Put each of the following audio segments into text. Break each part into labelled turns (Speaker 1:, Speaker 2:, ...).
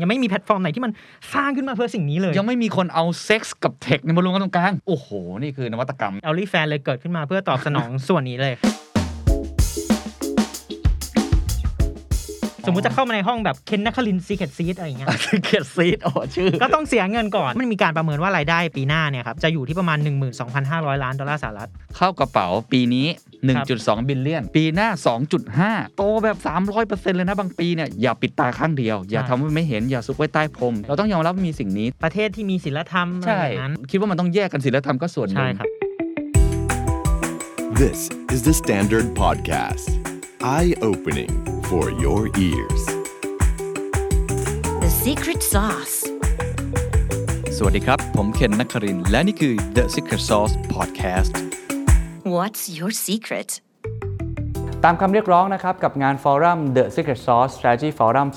Speaker 1: ยังไม่มีแพลตฟอร์มไหนที่มันสร้างขึ้นมาเพื่อสิ่งนี้เลย
Speaker 2: ยังไม่มีคนเอาเซ็กส์กับเทคในยมารวมกันตรงกลาง โอ้โห นี่คือนวัตกรรม
Speaker 1: เอลลี่แฟนเลยเกิดขึ้นมาเพื่อตอบสนอง ส่วนนี้เลย สมมุติจะเข้ามาในห้องแบบเคนนัคลินซีเคทซีดอะไรอย่างเงี้ย
Speaker 2: เกียรซีดโอ้ชื่อ
Speaker 1: ก็ต้องเสียเงินก่อน มันมีการประเมินว่ารายได้ปีหน้าเนี่ยครับ จะอยู่ที่ประมาณ 12,500 ล้านดอลลาร์สหรัฐ
Speaker 2: เข้ากระเป๋าปีนี้ 1.2 บิลเลียน ปีหน้า 2.5 โตแบบ 300%เลยนะบางปีเนี่ย อย่าปิดตาข้างเดียว อย่า
Speaker 1: ใช่
Speaker 2: ทำว่าไม่เห็น อย่าซุกไว้ใต้พรม เราต้องยอมรับว่ามีสิ่งนี้
Speaker 1: ประเทศที่มีศีลธรรมอะไร
Speaker 2: ใช่
Speaker 1: อย่างนั้น
Speaker 2: คิดว่ามันต้องแยกกันศิลธรรมก็ส่วนห
Speaker 1: ใช่
Speaker 2: นึ่ง
Speaker 1: ครับ
Speaker 3: This is the Standard Podcast. Eye opening for your ears.
Speaker 4: The secret sauce.
Speaker 5: สวัสดีครับ ผมเคนนักครินทร์และนี่คือ The Secret Sauce Podcast
Speaker 4: What's your secret?
Speaker 6: ตามคำเรียกร้องนะครับกับงานฟอรัม The Secret Sauce Strategy Forum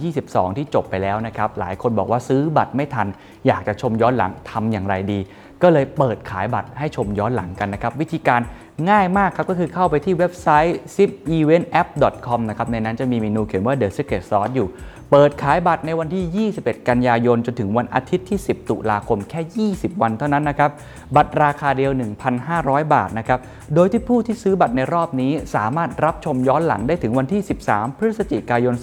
Speaker 6: 2022 ที่จบไปแล้วนะครับ หลายคนบอกว่าซื้อบัตรไม่ทัน อยากจะชมย้อนหลังทำอย่างไรดี ก็เลยเปิดขายบัตรให้ชมย้อนหลังกันนะครับ วิธีการง่ายมากครับ ก็คือเข้าไปที่เว็บไซต์ zipeventapp.com นะครับ ในนั้นจะมีเมนูเขียนว่า The Secret Sauce อยู่ เปิดขายบัตรในวันที่ 21 กันยายน จนถึงวันอาทิตย์ที่ 10 ตุลาคมแค่ 20 วันเท่านั้นนะครับ บัตรราคาเดียว 1,500 บาทนะครับ โดยที่ผู้ที่ซื้อบัตรในรอบนี้ สามารถรับชมย้อนหลังได้ถึงวันที่ 13 พฤศจิกายน 2564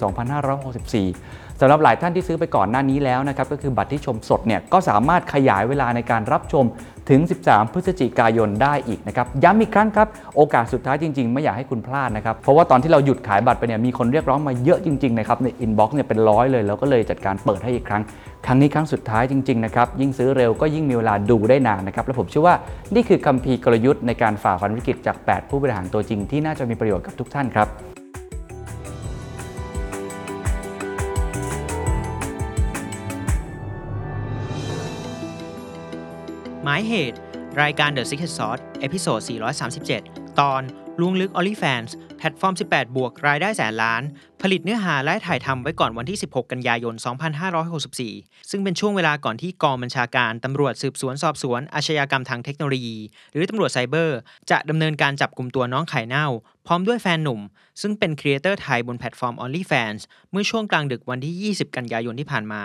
Speaker 6: สำหรับหลายท่านที่ซื้อไปก่อนหน้านี้แล้วนะครับ ก็คือบัตรที่ชมสดเนี่ย ก็สามารถขยายเวลาในการรับชมถึง 13 พฤศจิกายนได้อีกนะครับ ย้ำอีกครั้งครับ โอกาสสุดท้ายจริง ๆ ไม่อยากให้คุณพลาดนะครับ เพราะว่าตอนที่เราหยุดขายบัตรไปเนี่ย มีคนเรียกร้องมาเยอะจริง ๆ นะครับ ในอินบ็อกซ์เนี่ยเป็นร้อยเลย แล้วก็เลยจัดการเปิดให้อีกครั้ง ครั้งนี้ครั้งสุดท้ายจริง ๆ นะครับ ยิ่งซื้อเร็วก็ยิ่งมีเวลาดูได้นานนะครับ และผมเชื่อว่านี่คือคัมภีร์กลยุทธ์ในการฝ่าฟันวิกฤตจาก 8 ผู้บริหารตัวจริงที่น่าจะมีประโยชน์กับทุกท่านครับ
Speaker 1: หมายเหตุ รายการ The Secret Sauce เอพิโซด 437 ตอนลุงลึก o อ l ิแฟนส์แพลตฟอร์ม 18 บวก รายได้แสนล้าน ผลิตเนื้อหาและถ่ายทำไว้ก่อนวันที่ 16 กันยายน 2564 ซึ่งเป็นช่วงเวลาก่อนที่กองบัญชาการตำรวจสืบสวนสอบสวนอาชญากรรมทางเทคโนโลยี หรือตำรวจไซเบอร์ จะดำเนินการจับกลุ่มตัวน้องไข่เน่า พร้อมด้วยแฟนหนุ่ม ซึ่งเป็นครีเอเตอร์ไทยบนแพลตฟอร์ม OnlyFans เมื่อช่วงกลางดึกวันที่ 20 กันยายนที่ผ่านมา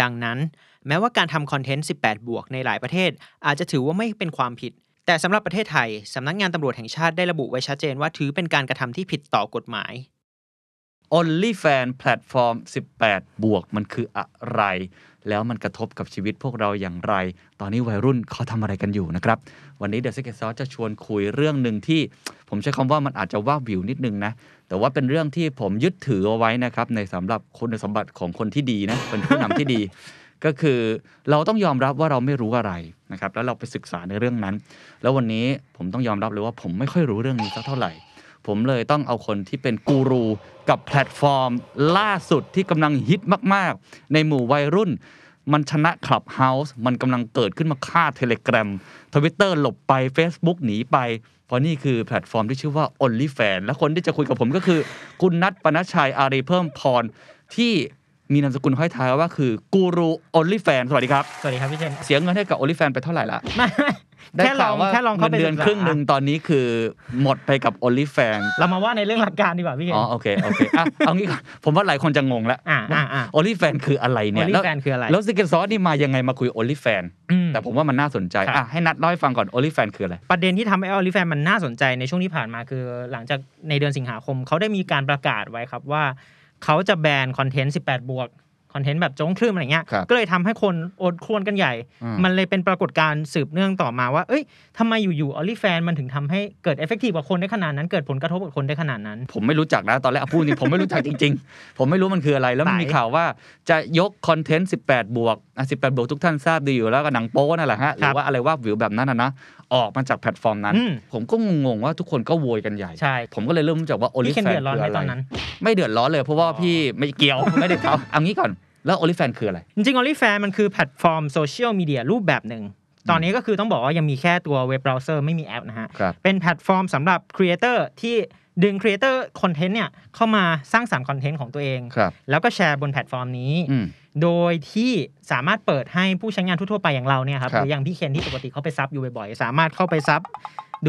Speaker 1: ดังนั้น แม้ว่าการทำคอนเทนต์ 18 บวกในหลายประเทศ อาจจะถือว่าไม่เป็นความผิด แต่สำหรับประเทศไทย สำนักงานตำรวจแห่งชาติได้ระบุไว้ชัดเจนว่าถือเป็นการกระทำที่ผิดต่อกฎหมาย
Speaker 2: Only Fan แพลตฟอร์ม 18 บวกมันคืออะไร แล้วมันกระทบกับชีวิตพวกเราอย่างไร ตอนนี้วัยรุ่นเขาทำอะไรกันอยู่นะครับ วันนี้ The Secret Sauce จะชวนคุยเรื่องหนึ่งที่ ผมใช้คำว่ามันอาจจะว่าบวิวนิดนึงนะ แต่ว่าเป็นเรื่องที่ผมยึดถือเอาไว้นะครับ ในสำหรับคุณสมบัติของคนที่ดีนะ เป็นผู้นำที่ดี ก็คือเราต้องยอมรับว่าเราไม่รู้อะไรนะครับ แล้วเราไปศึกษาในเรื่องนั้น แล้ววันนี้ผมต้องยอมรับเลยว่าผมไม่ค่อยรู้เรื่องนี้สักเท่าไหร่ ผมเลยต้องเอาคนที่เป็นกูรูกับแพลตฟอร์ม ล่าสุดที่กำลังฮิตมาก ๆ ในหมู่วัยรุ่น มันชนะคลับเฮาส์มันกำลังเกิดขึ้นมาฆ่าเทเล gram ทวิตเตอร์หลบไป Facebook หนีไป เพราะนี่คือแพลตฟอร์มที่ชื่อว่า OnlyFans และคนที่จะคุยกับผมก็คือ คุณนัทปนชชัยอารีเพิ่มพร ที่มีนามสกุลห้อยท้ายว่าคือกูรู OnlyFans สวัสดีครับ
Speaker 1: สวัสดีครับพี่เจน
Speaker 2: เสียเงินให้กับ OnlyFans ไปเท่าไหร่ละ
Speaker 1: ไม่ไม่
Speaker 2: ได้
Speaker 1: แค่ล
Speaker 2: ข่า
Speaker 1: อ
Speaker 2: ว
Speaker 1: ง
Speaker 2: ว่า
Speaker 1: แค่ลองเข้าไป
Speaker 2: เงินเดือน
Speaker 1: ศึกษา
Speaker 2: ครึ่งหนึ่งตอนนี้คือหมดไปกับ OnlyFans
Speaker 1: เรามาว่าในเรื่องหลักการดีกว่าพี่เจน
Speaker 2: อ๋อโอเคโอเคอ่ะเอางี้ก่อนผมว่าหลายคนจะงงแล้ว
Speaker 1: อ่าอ่าอ่า
Speaker 2: โอลิแฟนคืออะไรเนี่ย
Speaker 1: Only
Speaker 2: แล้ว
Speaker 1: Fan คืออะไร
Speaker 2: แล้วซิกเก็ตซอสนี่มายังไงมาคุยโอลิแฟน
Speaker 1: อืม
Speaker 2: แต่ผมว่ามันน่าสนใจ
Speaker 1: ครับ
Speaker 2: อ่ะให้นัดเล่าให้ฟังก่อนโอลิแฟนคืออะไร
Speaker 1: ประเด็นที่ทำให้ออลิแฟนมันน่าสนใจในช่วงที่ผ่านมาคือ หลังจากในเดือนสิงหาคม เขาได้มีการประกาศไว้ครับว่า เขาจะแบนคอนเทนต์ 18 บวก คอนเทนต์แบบโจ้งคลื่นอะไรเงี้ย
Speaker 2: ครับ
Speaker 1: ก็เลยทำให้คนโอดครวนกันใหญ่
Speaker 2: อืม
Speaker 1: มันเลยเป็นปรากฏการณ์สืบเนื่องต่อมาว่า เอ้ยทำไมอยู่ๆออลิแฟนมันถึงทำให้เกิดเอฟเฟกตีฟกับคนได้ขนาดนั้น เกิดผลกระทบกับคนได้ขนาดนั้น
Speaker 2: ผมไม่รู้จักนะ ตอนแรกอ่ะพูดจริง ผมไม่รู้จัก จริง ๆ ผมไม่รู้มันคืออะไร แล้วมันมี
Speaker 1: ไหน
Speaker 2: ข่าวว่าจะยกคอนเทนต์ 18 บวกอ่ะ18 บวกทุกท่านทราบดีอยู่แล้วก็หนังโป๊นั่นแหละฮะหรือว่าอะไรว่าวิวแบบนั้นนะนะออกมาจากแพลตฟอร์มนั้น
Speaker 1: อืม
Speaker 2: ผมก็งงๆว่าทุกคนก็โวยกันใหญ่
Speaker 1: ใช่
Speaker 2: ผมก็เลยเริ่มรู้จักว่าโอลิ
Speaker 1: พี่
Speaker 2: แฟ
Speaker 1: เคน นเดื
Speaker 2: คือ
Speaker 1: อดร้อนไหม
Speaker 2: อะไร
Speaker 1: ตอนนั้น
Speaker 2: ไม่เดือดร้อนเลยเพราะว่า
Speaker 1: อ๋อ
Speaker 2: พี่ไม่เกี่ยว ไม่ได้ทำเอางี้ก่อน แล้วโอลิแฟนคืออะไร
Speaker 1: จริงๆ OnlyFans มันคือแพลตฟอร์มโซเชียลมีเดียรูปแบบหนึ่ง ตอนนี้ก็คือต้องบอกว่ายังมีแค่ตัวเว็บเบราว์เซอร์ไม่มีแอปนะฮะ
Speaker 2: ครับ
Speaker 1: เป็นแพลตฟอร์มสำหรับครีเอเตอร์ที่ดึงครีเอเตอร์คอนเทนต์เนี่ยเข้ามาสร้างสรรค์คอนเทนต์ของตัวเอง
Speaker 2: ครับ
Speaker 1: แล้วก็แชร์บนแพลตฟอร์มนี้
Speaker 2: อืม
Speaker 1: โดยที่สามารถเปิดให้ผู้ใช้งานทั่วๆไปอย่างเราเนี่ยครับ
Speaker 2: ครั
Speaker 1: ห
Speaker 2: บ
Speaker 1: รืออย่างพี่เคนที่ปกติเขาไปซับอยู่บ่อยๆ สามารถเข้าไปซับ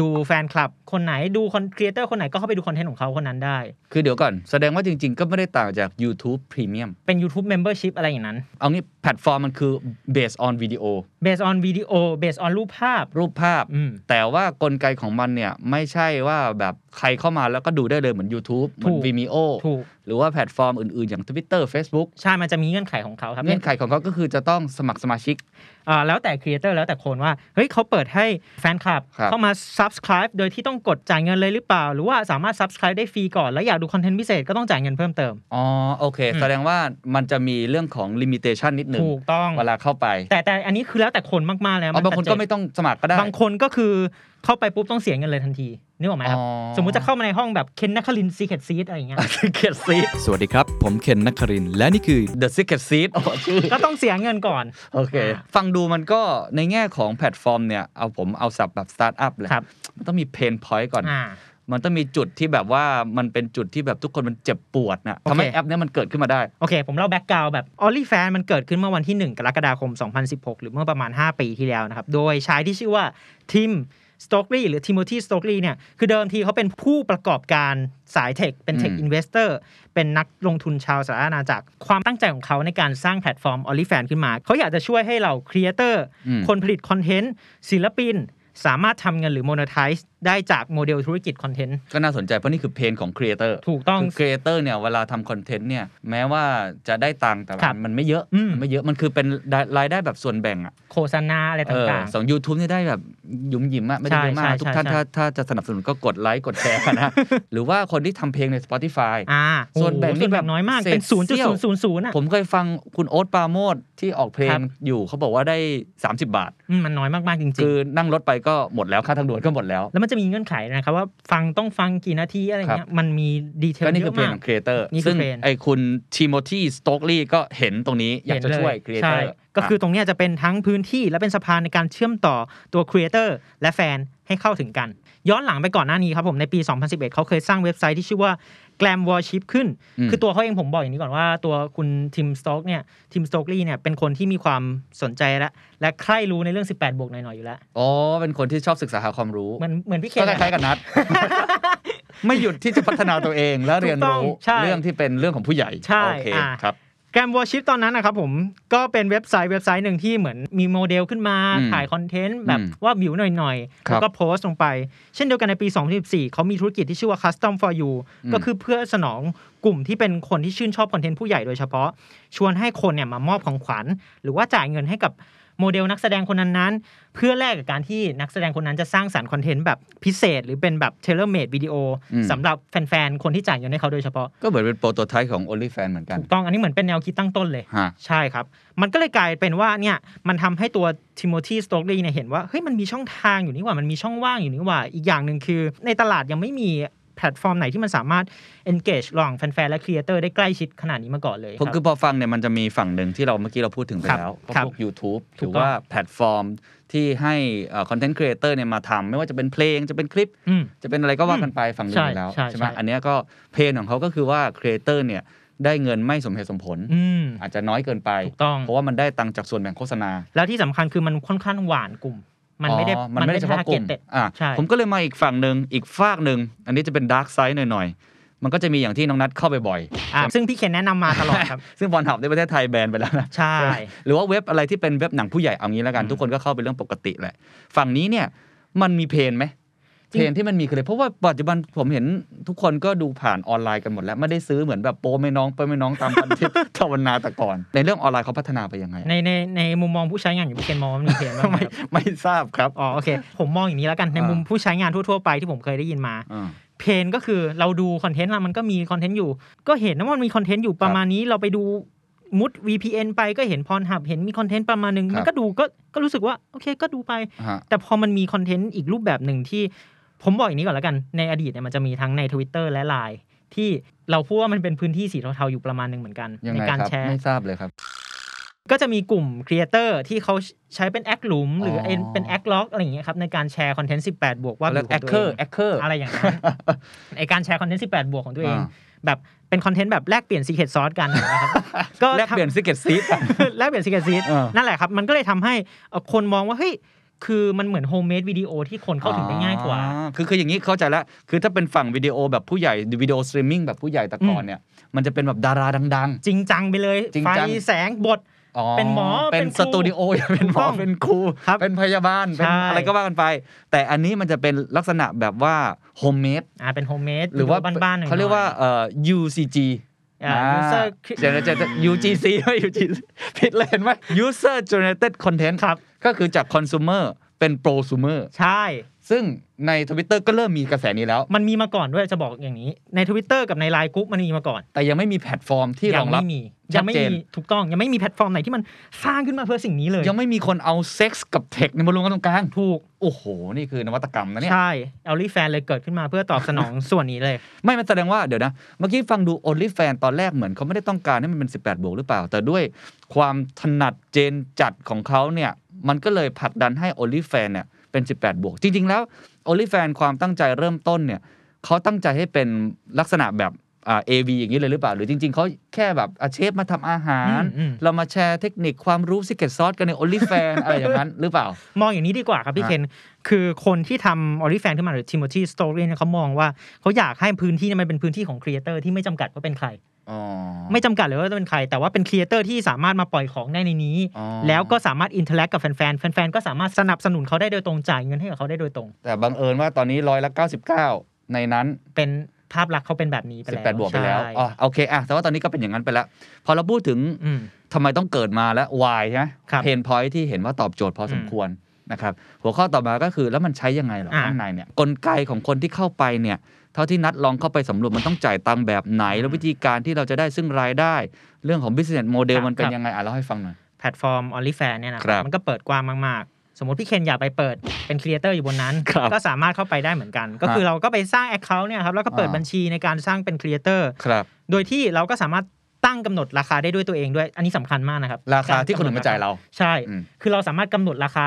Speaker 1: ดูแฟนคลับ คนไหนดูคอนครีเอเตอร์คนไหนก็เข้าไปดูคอนเทนต์ของเขาคนนั้นได้
Speaker 2: คือเดี๋ยวก่อน แสดงว่าจริง ๆ ก็ไม่ได้ต่างจาก YouTube Premium
Speaker 1: เป็น YouTube Membership อะไรอย่างนั้น
Speaker 2: เอางี้แพลตฟอร์มมันคือ based on video
Speaker 1: based on video based on รูปภาพ
Speaker 2: รูปภาพ
Speaker 1: อืม
Speaker 2: แต่ว่ากลไกของมันเนี่ย ไม่ใช่ว่าแบบใครเข้ามาแล้วก็ดูได้เลยเหมือน YouTube เหมือน
Speaker 1: ถูก
Speaker 2: Vimeo
Speaker 1: ถูก
Speaker 2: หรือว่าแพลตฟอร์มอื่น ๆ อย่าง Twitter Facebook
Speaker 1: ใช่ มันจะมีเงื่อนไขของเขาครับ
Speaker 2: เงื่อนไขของเขาก็คือจะต้องสมัครสมาชิก
Speaker 1: อ่าแล้วแต่ครีเอเตอร์แล้วแต่คนว่า เฮ้ยเขาเปิดให้แฟนคลับ
Speaker 2: ครับ
Speaker 1: เข้ามา subscribe โดยที่ต้องกดจ่ายเงินเลยหรือเปล่า หรือว่าสามารถ subscribe ได้ฟรีก่อน แล้วอยากดูคอนเทนต์พิเศษก็ต้องจ่ายเงินเพิ่มเติม
Speaker 2: อ๋อ โอเค
Speaker 1: อืม
Speaker 2: แสดงว่ามันจะมีเรื่องของลิมิเตชันนิดหนึ่ง
Speaker 1: ถูกต้อง
Speaker 2: เวลาเข้าไป
Speaker 1: แต่แต่อันนี้คือแล้วแต่คนมาก ๆ แล้ว
Speaker 2: อ๋อบางคนก็ไม่ต้องสมัครก็ได้
Speaker 1: บางคนก็คือเข้าไปปุ๊บต้องเสียเงินเลยทันทีนึกออกไหมครับ
Speaker 2: อ๋อ
Speaker 1: สมมุติจะเข้ามาในห้องแบบเคนนัคลินซีเคดซีดอะไร อย่างเงี้ย
Speaker 2: เกียรซีด
Speaker 3: สวัสดีครับ ผมเคนนักครินทร์และนี่คือ
Speaker 2: The Secret Seed อ๋อชื่อ
Speaker 1: ก็ต้องเสียเงินก่อน
Speaker 2: โอเค
Speaker 1: อ่า
Speaker 2: ฟังดูมันก็ในแง่ของแพลตฟอร์มเนี่ย เอาผมเอาสับแบบสตาร์ทอัพเลย
Speaker 1: ครับ
Speaker 2: มันต้องมีเพนพอยต์ก่อน
Speaker 1: อ่า
Speaker 2: มันต้องมีจุดที่แบบว่ามันเป็นจุดที่แบบทุกคนมันเจ็บปวดนะ
Speaker 1: โอเค
Speaker 2: ทำให้แอปเนี้ยมันเกิดขึ้นมาได้
Speaker 1: โอเค ผมเล่าแบ็กกราวแบบ o n l y f a n มันเกิดขึ้นเมื่อวันที่ 1 กรกฎาคม 2016 หรือเมื่อประมาณ 5 ปีที่แล้วนะครับ โดยชายที่ชื่อว่าทิมสโต k รีหรือทิโมธีสโต k รีเนี่ย คือเดิมทีเขาเป็นผู้ประกอบการสายเทค เป็นเทค
Speaker 2: อืม
Speaker 1: อินเวสเตอร์ เป็นนักลงทุนชาวสหรัฐอาณาจักร ความตั้งใจของเขาในการสร้างแพลตฟอร์ม o n l y f a n ขึ้นมา เขาอยากจะช่วยให้เราครีเอเตอร์
Speaker 2: อืม
Speaker 1: คนผลิตคอนเทนต์ ศิลปิน สามารถทำเงินหรือ monetize ได้จากโมเดลธุรกิจคอนเทนต์
Speaker 2: ก็น่าสนใจเพราะนี่คือเพนของครีเอเตอร์
Speaker 1: ถูกต้อง
Speaker 2: คือครีเอเตอร์เนี่ย เวลาทำคอนเทนต์เนี่ย แม้ว่าจะได้ตังค์แต่
Speaker 1: ครับ
Speaker 2: มันไม่เยอะ
Speaker 1: อืม
Speaker 2: นไม่เยอะมันคือเป็นรายได้แบบส่วนแบ่งอะ
Speaker 1: โฆษณาอะไร
Speaker 2: เออ
Speaker 1: ต่าง
Speaker 2: สองยูทูบนี่ยได้แบบหยุ่มหยิมอะไม่ได้เยอะมา
Speaker 1: ใช่
Speaker 2: ก
Speaker 1: ใช่
Speaker 2: ทุกท่าน
Speaker 1: ใช่
Speaker 2: ถ้าถ้าจะสนับสนุนก็กดไลค์กดแชร์กันนะ หรือว่าคนที่ทำเพลงใน Spotify
Speaker 1: ๆ อ่าโอ้โห
Speaker 2: ส่วนแบ่งนี่
Speaker 1: ส่วนแบ่
Speaker 2: แบ
Speaker 1: ง
Speaker 2: บ
Speaker 1: น้อยมาก เป็น
Speaker 2: เศ
Speaker 1: ศูน
Speaker 2: ษ
Speaker 1: ย์
Speaker 2: เสี้
Speaker 1: จุด
Speaker 2: ยว
Speaker 1: ศูนย์ศูนย์ศูนย์อะ
Speaker 2: ผมเคยฟังคุณโอ๊ตปราโมดที่ออกเพล
Speaker 1: ครั
Speaker 2: ง
Speaker 1: บ
Speaker 2: อยู่เขาบอกว่าได้ 30 บาท
Speaker 1: อืมมันน้อยมากๆจริง ๆ
Speaker 2: คือนั่งรถไปก็หมดแล้ว ค่าทางด่วนก็หมดแล้ว
Speaker 1: แล้วมันจะมีเงื่อนไขนะครับว่าฟังต้องฟังกี่นาทีอะไรเงี้ยมันมีดีเทล
Speaker 2: ก็นี่
Speaker 1: เย
Speaker 2: คื
Speaker 1: อะ
Speaker 2: อเพลง
Speaker 1: มาก
Speaker 2: ของครีเอเตอร์
Speaker 1: นี่คือ
Speaker 2: ซึ่ง
Speaker 1: เพลง
Speaker 2: ไอ้คุณทิโมธีสโต็อกลีก็เห็นตรงนี้อยากจะ
Speaker 1: เห็นล
Speaker 2: ช่วยครีเอเตอร์
Speaker 1: ใก็คือตรงเนี้ยจะเป็นทั้งพื้นที่และเป็นสะพานในการเชื่อมต่อตัวครีเอเตอร์และแฟนให้เข้าถึงกัน ย้อนหลังไปก่อนหน้านี้ครับผมในปี 2011 เขาเคยสร้างเว็บไซต์ที่ชื่อว่า Glam Worship ขึ้น คือตัวเขาเองผมบอกอย่างนี้ก่อนว่าตัวคุณทิมสโต็อกเนี่ยทิมสโต็อกลีเนี่ยเป็นคนที่มีความสนใจและและใคร่รู้ในเรื่อง 18 บวกหน่อยๆอยู่แล้ว
Speaker 2: อ๋อเป็นคนที่ชอบศึกษาหาความรู้
Speaker 1: เหมือนเหมือนพี่เคน
Speaker 2: ก็ค
Speaker 1: อะ
Speaker 2: ล้ายๆกับนัด ไม่หยุดที่จะพัฒนาตัวเองและเรียนรู้
Speaker 1: ถูกต้องใช่
Speaker 2: เรื่องที่เป็นเรื่องของผู้ใหญ่
Speaker 1: ใช่
Speaker 2: โอเค
Speaker 1: อ่า
Speaker 2: ครับ
Speaker 1: แกรมวอชิปตอนนั้นนะครับผมก็เป็นเว็บไซต์เว็บไซต์หนึ่งที่เหมือนมีโมเดลขึ้นมา
Speaker 2: อืม
Speaker 1: ถ่ายคอนเทนต์แบบ
Speaker 2: อืม
Speaker 1: ว่าบิวหน่อยๆ
Speaker 2: ครับ
Speaker 1: แล้วก็โพสต์ลงไป เช่นเดียวกันในปี 2014 เขามีธุรกิจที่ชื่อว่า Custom for You
Speaker 2: อืม
Speaker 1: ก็คือเพื่อสนองกลุ่มที่เป็นคนที่ชื่นชอบคอนเทนต์ผู้ใหญ่โดยเฉพาะ ชวนให้คนเนี่ยมามอบของขวัญ หรือว่าจ่ายเงินให้กับโมเดลนักแสดงคนนั้นๆ เพื่อแลกกับการที่นักแสดงคนนั้นจะสร้างสรรค์คอนเทนต์แบบพิเศษ หรือเป็นแบบเทเลเมดวิดีโอสำหรับแฟนๆคนที่จ่ายเงินให้เขาโดยเฉพาะ
Speaker 2: ก็เหมือนเป็นโปรโตไทป์ของ OnlyFans เหมือนกัน
Speaker 1: ถูกต้องอันนี้เหมือนเป็นแนวคิดตั้งต้นเลย
Speaker 2: ฮะ
Speaker 1: ใช่ครับ มันก็เลยกลายเป็นว่าเนี่ย มันทำให้ตัวทิโมธีสโต k รีเนี่ยเห็นว่า เฮ้ย มันมีช่องทางอยู่นี่หว่า มันมีช่องว่างอยู่นี่หว่า อีกอย่างหนึ่งคือ ในตลาดยังไม่มีแพลตฟอร์มไหนที่มันสามารถ engage ระหล่องแฟนๆ และครีเอเตอร์ได้ใกล้ชิดขนาดนี้มาก่อนเลย
Speaker 2: ผม
Speaker 1: รับ
Speaker 2: คือพอฟังเนี่ยมันจะมีฝั่งหนึ่งที่เราเมื่อกี้เราพูดถึงไป
Speaker 1: ครับ
Speaker 2: แล้วก็
Speaker 1: ครับ
Speaker 2: พวก YouTube
Speaker 1: ถู
Speaker 2: ถื
Speaker 1: ก
Speaker 2: อ
Speaker 1: ต้อง
Speaker 2: ว่าแพลตฟอร์มที่ให้คอนเทนต์ครีเอเตอร์เนี่ยมาทำไม่ว่าจะเป็นเพลงจะเป็นคลิป
Speaker 1: อืม
Speaker 2: จะเป็นอะไรก็ว่ากันไปฝั่งหนึ่ง
Speaker 1: ใช่
Speaker 2: อยู่แล้ว
Speaker 1: ใช่
Speaker 2: ใช่ไหม
Speaker 1: ใช่
Speaker 2: อันเนี้ยก็เพลงของเขาก็คือว่าครีเอเตอร์เนี่ยได้เงินไม่สมเหตุสมผล
Speaker 1: อืม
Speaker 2: อาจจะน้อยเกินไป
Speaker 1: ถูกต้อง
Speaker 2: เพราะว่ามันได้ตังค์จากส่วนแบ่งโฆษณา
Speaker 1: แล้วที่สำคัญคือมันค่อนข้างหวานกลุ่ม มันไม่ได้
Speaker 2: อ๋อมันไม่ได้เฉพาะกลุ่ม
Speaker 1: ทร์เต
Speaker 2: อ่ะ
Speaker 1: ใช่
Speaker 2: ผมก็เลยมาอีกฝั่งหนึ่งอีกฝากหนึ่ง อันนี้จะเป็นดาร์กไซด์หน่อยๆ มันก็จะมีอย่างที่น้องนัทเข้าไปบ่อย
Speaker 1: อ่าซึ่งพี่เคนแนะนำมาตลอดครับ
Speaker 2: ซึ่งบอลหับในประเทศไทยแบนไปแล้วนะ
Speaker 1: ใช่
Speaker 2: หรือว่าเว็บอะไรที่เป็นเว็บหนังผู้ใหญ่เอางี้แล้วกัน
Speaker 1: อืม
Speaker 2: ทุกคนก็เข้าไปเรื่องปกติแหละ ฝั่งนี้เนี่ยมันมีเพนไหม
Speaker 1: จ
Speaker 2: เพ
Speaker 1: ริง
Speaker 2: นที่มันมีคืออะไรเพราะว่าปัจจุบันผมเห็นทุกคนก็ดูผ่านออนไลน์กันหมดแล้วไม่ได้ซื้อเหมือนแบบโปรไม่น้องโปรไม่น้องตามพันทิป ทวนาแต่ก่อน ในเรื่องออนไลน์เขาพัฒนาไปยังไงอะ
Speaker 1: ในในในมุมมองผู้ใช้งานอย่างพี่เคนมองว่ามันมีเพนบ้างไหม
Speaker 2: ไม่
Speaker 1: ครับ
Speaker 2: ไม่ทราบครับ
Speaker 1: อ๋อโอเค ผมมองอย่างนี้แล้วกันในมุม
Speaker 2: อ่า
Speaker 1: ผู้ใช้งานทั่วๆไปที่ผมเคยได้ยินมา
Speaker 2: อ่า
Speaker 1: เพนก็คือเราดูคอนเทนต์ละมันก็มีคอนเทนต์อยู่ ก็เห็นนะว่ามันมีคอนเทนต์อยู่ประมาณนี้เราไปดูมุด VPN ไปก็เห็นพรหับเห็นมีคอนเทนต์ประมาณหนึง
Speaker 2: ครับ
Speaker 1: มันก็ดูก็ก็รู้สึกว่าโอเคก็ดูไป
Speaker 2: ฮะ
Speaker 1: แต่พอมันมีคอนเทนต์อีกรูปแบบหนึ่งที่ ผมบอกอย่างนี้ก่อนแล้วกันในอดีตเนี่ยมันจะมีทั้งใน Twitter และ Line ที่เราพูดว่ามันเป็นพื้นที่สีเทาๆอยู่ประมาณหนึ่งเหมือนกัน
Speaker 2: ยัง
Speaker 1: ใน
Speaker 2: ไง
Speaker 1: การ
Speaker 2: ครับ
Speaker 1: แชร์
Speaker 2: ไม่ทราบเลยครับ
Speaker 1: ก็จะมีกลุ่มครีเอเตอร์ที่เขาใช้เป็นแอคหลุมหรืออ
Speaker 2: อ
Speaker 1: เป็นแอคล็อกอะไรอย่างเงี้ยครับในการแชร์คอนเทนต์18 บวกว่า
Speaker 2: แล้ว
Speaker 1: ยู่ข
Speaker 2: แอ
Speaker 1: อง
Speaker 2: ค
Speaker 1: ตัว
Speaker 2: เคอ
Speaker 1: เง
Speaker 2: ร์แอคเคอร์
Speaker 1: อะไรอย่างนั้น ไอการแชร์คอนเทนต์18 บวกของตัวเอง
Speaker 2: อ่า
Speaker 1: แบบเป็นคอนเทนต์แบบแลกเปลี่ยนซีเคทซอสกันนะครับ ก็
Speaker 2: แลกเปลี่ยนซิกเก็ตซี
Speaker 1: ทำ แลกเปลี่ยนซีเคทซี
Speaker 2: อ่านั่
Speaker 1: นั่นแหละครับ มันก็เลยทำให้เอ่อคนมองว่า เฮ้ย คือมันเหมือนโฮมเมดวิดีโอที่คนเข้าถึงได้ง่ายกว่า
Speaker 2: อ่คือคืออย่างนี้เข้าใจแล้ว คือถ้าเป็นฝั่งวิดีโอแบบผู้ใหญ่วิดีโอสตรีมมิ่งแบบผู้ใหญ่แต่ก่อนเนี่ย มันจะเป็นแบบดาราดัง
Speaker 1: จริงจังไปเลย
Speaker 2: จริง
Speaker 1: ไฟ
Speaker 2: จัง
Speaker 1: แสงบท
Speaker 2: ๆอ๋อ
Speaker 1: เป็นหมอ
Speaker 2: เป็น
Speaker 1: เป็นครู
Speaker 2: สตูดิโอ อย่าเป็นหม
Speaker 1: ถูก
Speaker 2: อ
Speaker 1: ต้อง
Speaker 2: เป็นครู
Speaker 1: ครับ
Speaker 2: เป็นพยาบาลเป็น
Speaker 1: ใช่
Speaker 2: อะไรก็ว่ากันไป แต่อันนี้มันจะเป็นลักษณะแบบว่าโฮมเมด
Speaker 1: อ่าเป็นโฮมเมด
Speaker 2: หรือว่า
Speaker 1: บ้านๆหน่อยๆ
Speaker 2: เขาเรียกว่าเอ่อ UCG
Speaker 1: อ่า
Speaker 2: อ่า
Speaker 1: user
Speaker 2: เดี๋ยวนะ จะจะ UGC ไม่ UGC ผิดเลยเห็นไหม User Generated Content
Speaker 1: ครับ
Speaker 2: ก็คือจาก consumer เป็น prosumer
Speaker 1: ใช่
Speaker 2: ซึ่งใน Twitter ก็เริ่มมีกระแสนี้แล้ว
Speaker 1: มันมีมาก่อนด้วยจะบอกอย่างนี้ ใน Twitter กับในไลน์กรุ๊ปมันมีมาก่อน
Speaker 2: แต่ยังไม่มีแพลตฟอร์มที่ร
Speaker 1: ยั
Speaker 2: องรับ
Speaker 1: ไม่มี
Speaker 2: ชั
Speaker 1: ยั
Speaker 2: ด
Speaker 1: งไม่
Speaker 2: เจน
Speaker 1: มีถูกต้องยังไม่มีแพลตฟอร์มไหนที่มันสร้างขึ้นมาเพื่อสิ่งนี้เลย
Speaker 2: ยังไม่มีคนเอาเซ็กส์กับเทคในยมารวมกันตรงกลาง
Speaker 1: ถูก
Speaker 2: โอ้โห นี่คือนวัตกรรมนะเนี่ย
Speaker 1: ใช่เอลลี่แฟนเลยเกิดขึ้นมาเพื่อตอบสนอง ส่วนนี้ เลย
Speaker 2: ไม่มันแสดงว่าเดี๋ยวนะ เมื่อกี้ฟังดู OnlyFans ตอนแรกเหมือนเขาไม่ได้ต้องการให้มันเป็น 18 บวกหรือเปล่า แต่ด้วยความถนัดเจนจัดของเขาเนี่ย มันก็เลยผลักดันให้ OnlyFans เนี่ยเป็น 18 บวก จริง ๆ แล้ว OnlyFans ความตั้งใจเริ่มต้นเนี่ยเขาตั้งใจให้เป็นลักษณะแบบอ่า AV อย่างนี้เลยหรือเปล่า หรือจริง ๆเขาแค่แบบอาเชฟมาทำอาหาร
Speaker 1: อืมอืม
Speaker 2: เรามาแชร์เทคนิคความรู้ซิกเก็ตซอสกันใน OnlyFans อะไรอย่างนั้นหรือเปล่า
Speaker 1: มองอย่างนี้ดีกว่าครับพี่
Speaker 2: ฮะ
Speaker 1: เคนคือคนที่ทำออริแฟนขึ้นมาหรือทิโมธีสโตรีเนี่ยเขามองว่าเขาอยากให้พื้นที่เนี่ยมันเป็นพื้นที่ของครีเอเตอร์ที่ไม่จำกัดว่าเป็นใคร
Speaker 2: อ๋อ
Speaker 1: ไม่จำกัดเลยว่าจะเป็นใคร แต่ว่าเป็นครีเอเตอร์ที่สามารถมาปล่อยของได้ในนี้
Speaker 2: อ๋อ
Speaker 1: แล้วก็สามารถอินเทอร์แลกกับแฟนๆ แฟนๆ ก็สามารถสนับสนุนเขาได้โดยตรงจ่ายเงินให้กับเขาได้โดยตรง
Speaker 2: แต่บังเอิญว่าตอนนี้ร้อยละ99 ในนั้น
Speaker 1: เป็นภาพลักษณ์เขาเป็นแบบนี้ไปแล้ว
Speaker 2: 18 บวกไปแล้ว
Speaker 1: ใช่
Speaker 2: อ๋อ โอเค อ่ะ แต่ว่าตอนนี้ก็เป็นอย่างนั้นไปแล้ว พอเราพูดถึง
Speaker 1: อืม
Speaker 2: ทำไมต้องเกิดมาและวายใช่ไหม
Speaker 1: ครับ
Speaker 2: เพนพอยที่เห็นว่าตอบโจทย์พอสม
Speaker 1: อืม
Speaker 2: ควรนะครับ หัวข้อต่อมาก็คือแล้วมันใช้ยังไงเหรอ
Speaker 1: อ่ะ
Speaker 2: ข้างในเนี่ย กลไกของคนที่เข้าไปเนี่ย เท่าที่นัดลองเข้าไปสำรวจมันต้องจ่ายตังค์แบบไหน แล้ววิธีการที่เราจะได้ซึ่งรายได้ เรื่องของ business model มันเป็นยังไง อ่ะเล่าให้ฟังหน่อย
Speaker 1: แพลตฟอร์ม OnlyFans เนี่ยนะค
Speaker 2: ครั
Speaker 1: รับบ มันก็เปิดกว้างมากๆ สมมติพี่เคนอยากไปเปิดเป็นครีเอเตอร์อยู่บนนั้น
Speaker 2: ครับ
Speaker 1: ก็สามารถเข้าไปได้เหมือนกัน ก็คือเราก็ไปสร้าง Account เนี่ยครับแล้วก็เปิด
Speaker 2: อ่า
Speaker 1: บัญชีในการสร้างเป็นครีเอเตอร์
Speaker 2: ครับ
Speaker 1: โดยที่เราก็สามารถตั้งกำหนดราคาได้ด้วยตัวเองด้วย อันนี้สำคัญมากนะครับ
Speaker 2: ราคาที่คนอื่นมาจ่ายเรา
Speaker 1: ใช่
Speaker 2: อืม
Speaker 1: คือเราสามารถกำหนดราคา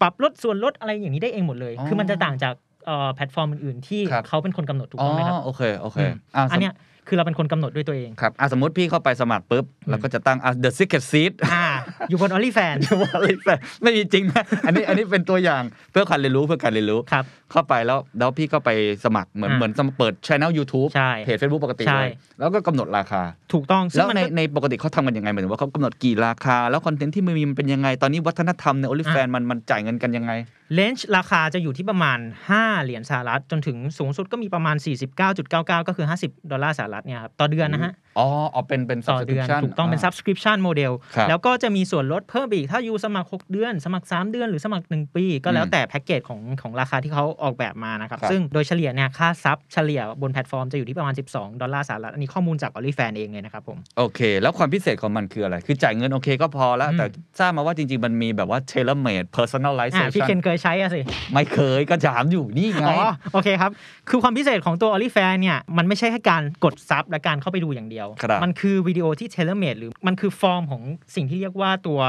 Speaker 1: ปรับลดส่วนลดอะไรอย่างนี้ได้เองหมดเลย
Speaker 2: อ๋อ
Speaker 1: คือมันจะต่างจากเอ่อแพลตฟอร์มอื่นๆที่
Speaker 2: ครับ
Speaker 1: เขาเป็นคนกำหนดถูก
Speaker 2: อ๋อ
Speaker 1: ต้องไหมครับ
Speaker 2: โอเค โอเค
Speaker 1: อืม
Speaker 2: อ่ะ
Speaker 1: อันเนี้ยคือเราเป็นคนกำหนดด้วยตัวเอง
Speaker 2: ครับอ่ะสมมติพี่เข้าไปสมัครปุ๊บเราก็จะตั้งอ่ะ The Secret Seat
Speaker 1: อ่าอยู่บน OnlyFans
Speaker 2: ว่าอะไรแต่ไม่มีจริงนะ อันนี้อันนี้เป็นตัวอย่างเพื่อการเรียนรู้เพื่อการเรียนรู้
Speaker 1: ครับ
Speaker 2: เข้าไปแล้วแล้วพี่ก็ไปสมัครเหมือน
Speaker 1: อ่า
Speaker 2: เหมือนสมัครเปิดช่อง YouTube
Speaker 1: ใช่
Speaker 2: เพจ Facebook ปกติ
Speaker 1: ใช่
Speaker 2: เลย แล้วก็กำหนดราคา
Speaker 1: ถูกต้องซึ่
Speaker 2: แล้
Speaker 1: ง
Speaker 2: ว
Speaker 1: มัน
Speaker 2: ใน
Speaker 1: ก็
Speaker 2: ในปกติเขาทำกันยังไงหมายถึงว่าเขากำหนดกี่ราคา แล้วคอนเทนต์ที่มันมีมันเป็นยังไง ตอนนี้วัฒนธรรมในโอลิแฟนมันมันจ่ายเงินกันยังไง
Speaker 1: เลนจ์ราคาจะอยู่ที่ประมาณ 5 เหรียญสหรัฐ จนถึงสูงสุดก็มีประมาณ 49.99 ก็คือ 50 ดอลลาร์สหรัฐเนี่ยครับต่อเดือนนะฮะ
Speaker 2: อ๋อเอาเป็นเป็น
Speaker 1: ต่อเดือน
Speaker 2: subscription
Speaker 1: ถูกต้องเป็น
Speaker 2: า
Speaker 1: subscription model
Speaker 2: ครับ
Speaker 1: แล้วก็จะมีส่วนลดเพิ่มไปอีก ถ้าอยู่สมัคร 6 เดือน สมัคร 3 เดือนหรือสมัคร 1 ปี ก็แล้ว
Speaker 2: อืม
Speaker 1: แต่แพ็กเกจของของราคาที่เขาออกแบบมานะครับ
Speaker 2: ครับ
Speaker 1: ซึ่งโดยเฉลี่ยเนี่ยค่าซับเฉลี่ยบนแพลตฟอร์มจะอยู่ที่ประมาณ 12 ดอลลาร์สหรัฐ อันนี้ข้อมูลจาก OnlyFans เองเลยนะครับผม
Speaker 2: โอเค แล้วความพิเศษของมันคืออะไร คือจ่ายเงินโอเคก็พอแล้ว
Speaker 1: อืม
Speaker 2: แต่ทราบมาว่าจริง ๆ มันมีแบบว่า tailor made
Speaker 1: อ่ะพี่เคน
Speaker 2: personalization
Speaker 1: เคยใช้อะสิ
Speaker 2: ไม่เคยก็ถามอยู่นี่ไง
Speaker 1: อ๋อโอเคครับ คือความพิเศษของตัว OnlyFans เนี่ย มันไม่ใช่แค่การกดซับและการเข้าไปดูอย่างเดียว
Speaker 2: ครับ
Speaker 1: มันคือวิดีโอที่เทเลเมดหรือมันคือฟอร์มของสิ่งที่เรียกว่าตัว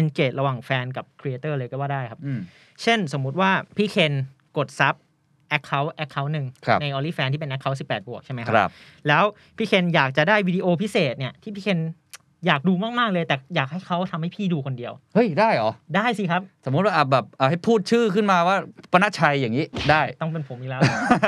Speaker 1: engage ระหว่างแฟนกับครีเอเตอร์เลยก็ว่าได้ครับ
Speaker 2: อืม
Speaker 1: เช่นสมมุติว่าพี่เคนกดซับ Account Account หนึ่ง
Speaker 2: ครับ
Speaker 1: ใน OnlyFans ที่เป็น Account 18 บวกใช่ไหมค
Speaker 2: ครับ รับ
Speaker 1: แล้วพี่เคนอยากจะได้วิดีโอพิเศษเนี่ยที่พี่เคนอยากดูมาก ๆ เลย แต่อยากให้เขาทำให้พี่ดูคนเดียว
Speaker 2: เฮ้ย ได้เหรอ
Speaker 1: ได้สิครับ
Speaker 2: สมมติว่าอ่ะแบบอ่ะให้พูดชื่อขึ้นมาว่าปณชัยอย่างนี้ได้
Speaker 1: ต้องเป็นผมอีกแล้ว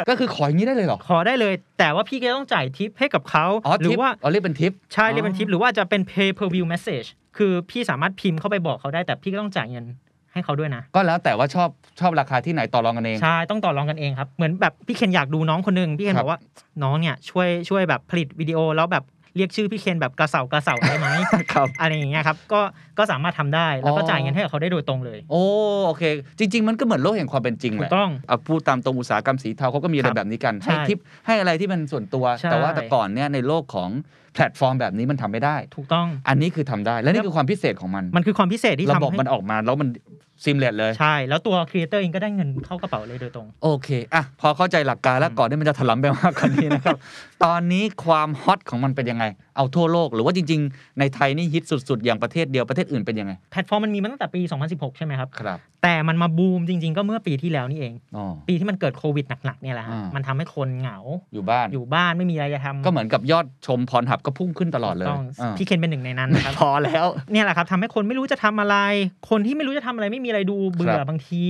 Speaker 2: ก็คือขออย่างนี้ได้เลยเหรอ
Speaker 1: ขอได้เลย แต่ว่าพี่ก็ต้องจ่ายทิปให้กับเขา
Speaker 2: อ๋อ
Speaker 1: หรื
Speaker 2: ทิ
Speaker 1: อ
Speaker 2: ป
Speaker 1: ว่า
Speaker 2: อ๋อเรียกเป็นทิป
Speaker 1: ใช่เรียกเป็นทิปหรือว่าจะเป็น pay per view message คือพี่สามารถพิมพ์เข้าไปบอกเขาได้แต่พี่ก็ต้องจ่ายเงินให้เขาด้วยนะ
Speaker 2: ก็แล้วแต่ว่าชอบชอบราคาที่ไหนต่อรองกันเอง
Speaker 1: ใช่ ต้องต่อรองกันเองครับ เหมือนแบบพี่เคนอยากดูน้องคนหนึง พี่เคน
Speaker 2: ครับ บ
Speaker 1: อกว่าน้องเนี่ยช่วยช่วยแบบผลิตวิดีโอแล้วแบบเรียกชื่อพี่เคนแบบกระเสากระเสาได้ไหม
Speaker 2: ครับ
Speaker 1: อะไรอย่างเงี้ยครับก็ก็สามารถทำได้แล้วก็จ่ายเงินให้กับเขาได้โดยตรงเลย
Speaker 2: โอ้โอเค จริง ๆ มันก็เหมือนโลกแห่งความเป็นจริงแห
Speaker 1: ถู
Speaker 2: ละ
Speaker 1: กต้อง
Speaker 2: เอาพูดตามตรงอุตสาหกรรมสีเทาเขาก็มีอะไร
Speaker 1: ครับ
Speaker 2: แบบนี้กัน
Speaker 1: ใช่
Speaker 2: ให้ทิปให้อะไรที่มันส่วนตัว
Speaker 1: ใช่
Speaker 2: แต่ว่าแต่ก่อนเนี่ยในโลกของแพลตฟอร์มแบบนี้มันทำไม่ได้
Speaker 1: ถูกต้อง
Speaker 2: อันนี้คือทำได้ และนี่คือความพิเศษของมัน
Speaker 1: มันคือความพิเศษที่
Speaker 2: ระ
Speaker 1: ทำ
Speaker 2: บบ
Speaker 1: ให้
Speaker 2: มันออกมาแล้วมันซิมเลสเลย
Speaker 1: ใช่ แล้วตัวครีเอเตอร์เองก็ได้เงินเข้ากระเป๋าเลยโดยตรง
Speaker 2: โอเค อ่ะ พ อเข้าใจหลักการแล้วก่อนที่มันจะถลำไปมากกว่านี้นะครับ ตอนนี้ความฮอตของมันเป็นยังไง เอาทั่วโลก หรือว่าจริง ๆ ในไทยนี่ฮิตสุด ๆ อย่างประเทศเดียวประเทศอื่นเป็นยังไง
Speaker 1: แพลตฟอร์มมันมีมาตั้งแต่ปี 2016 ใช่ไหมครับ
Speaker 2: ครับ
Speaker 1: แต่มันมาบูมจริง ๆ ก็เมื่อปีที่แล้วนี่เอง
Speaker 2: อ๋อ
Speaker 1: ปีที่มันเกิดโควิดหนักๆเนี่ยแหละฮะ
Speaker 2: อ่ามั
Speaker 1: มันทำให้คนเหงา
Speaker 2: อยู่บ้าน
Speaker 1: อยู่บ้านไม่มีอะไรจะทำ
Speaker 2: ก็เหมือนกับยอดชมพรหับก็พุ่งขึ้นตลอดเลย
Speaker 1: ต้อง
Speaker 2: อ่า
Speaker 1: พี่เคนเป็นหนึ่งในนั้นนะครับ
Speaker 2: พอแล้ว
Speaker 1: เนี่ยแหละครับทำให้คนไม่รู้จะทำอะไร คนที่ไม่รู้จะทำอะไรไม่มีอะไรดูเบื่
Speaker 2: ค
Speaker 1: อ
Speaker 2: รับ
Speaker 1: บางที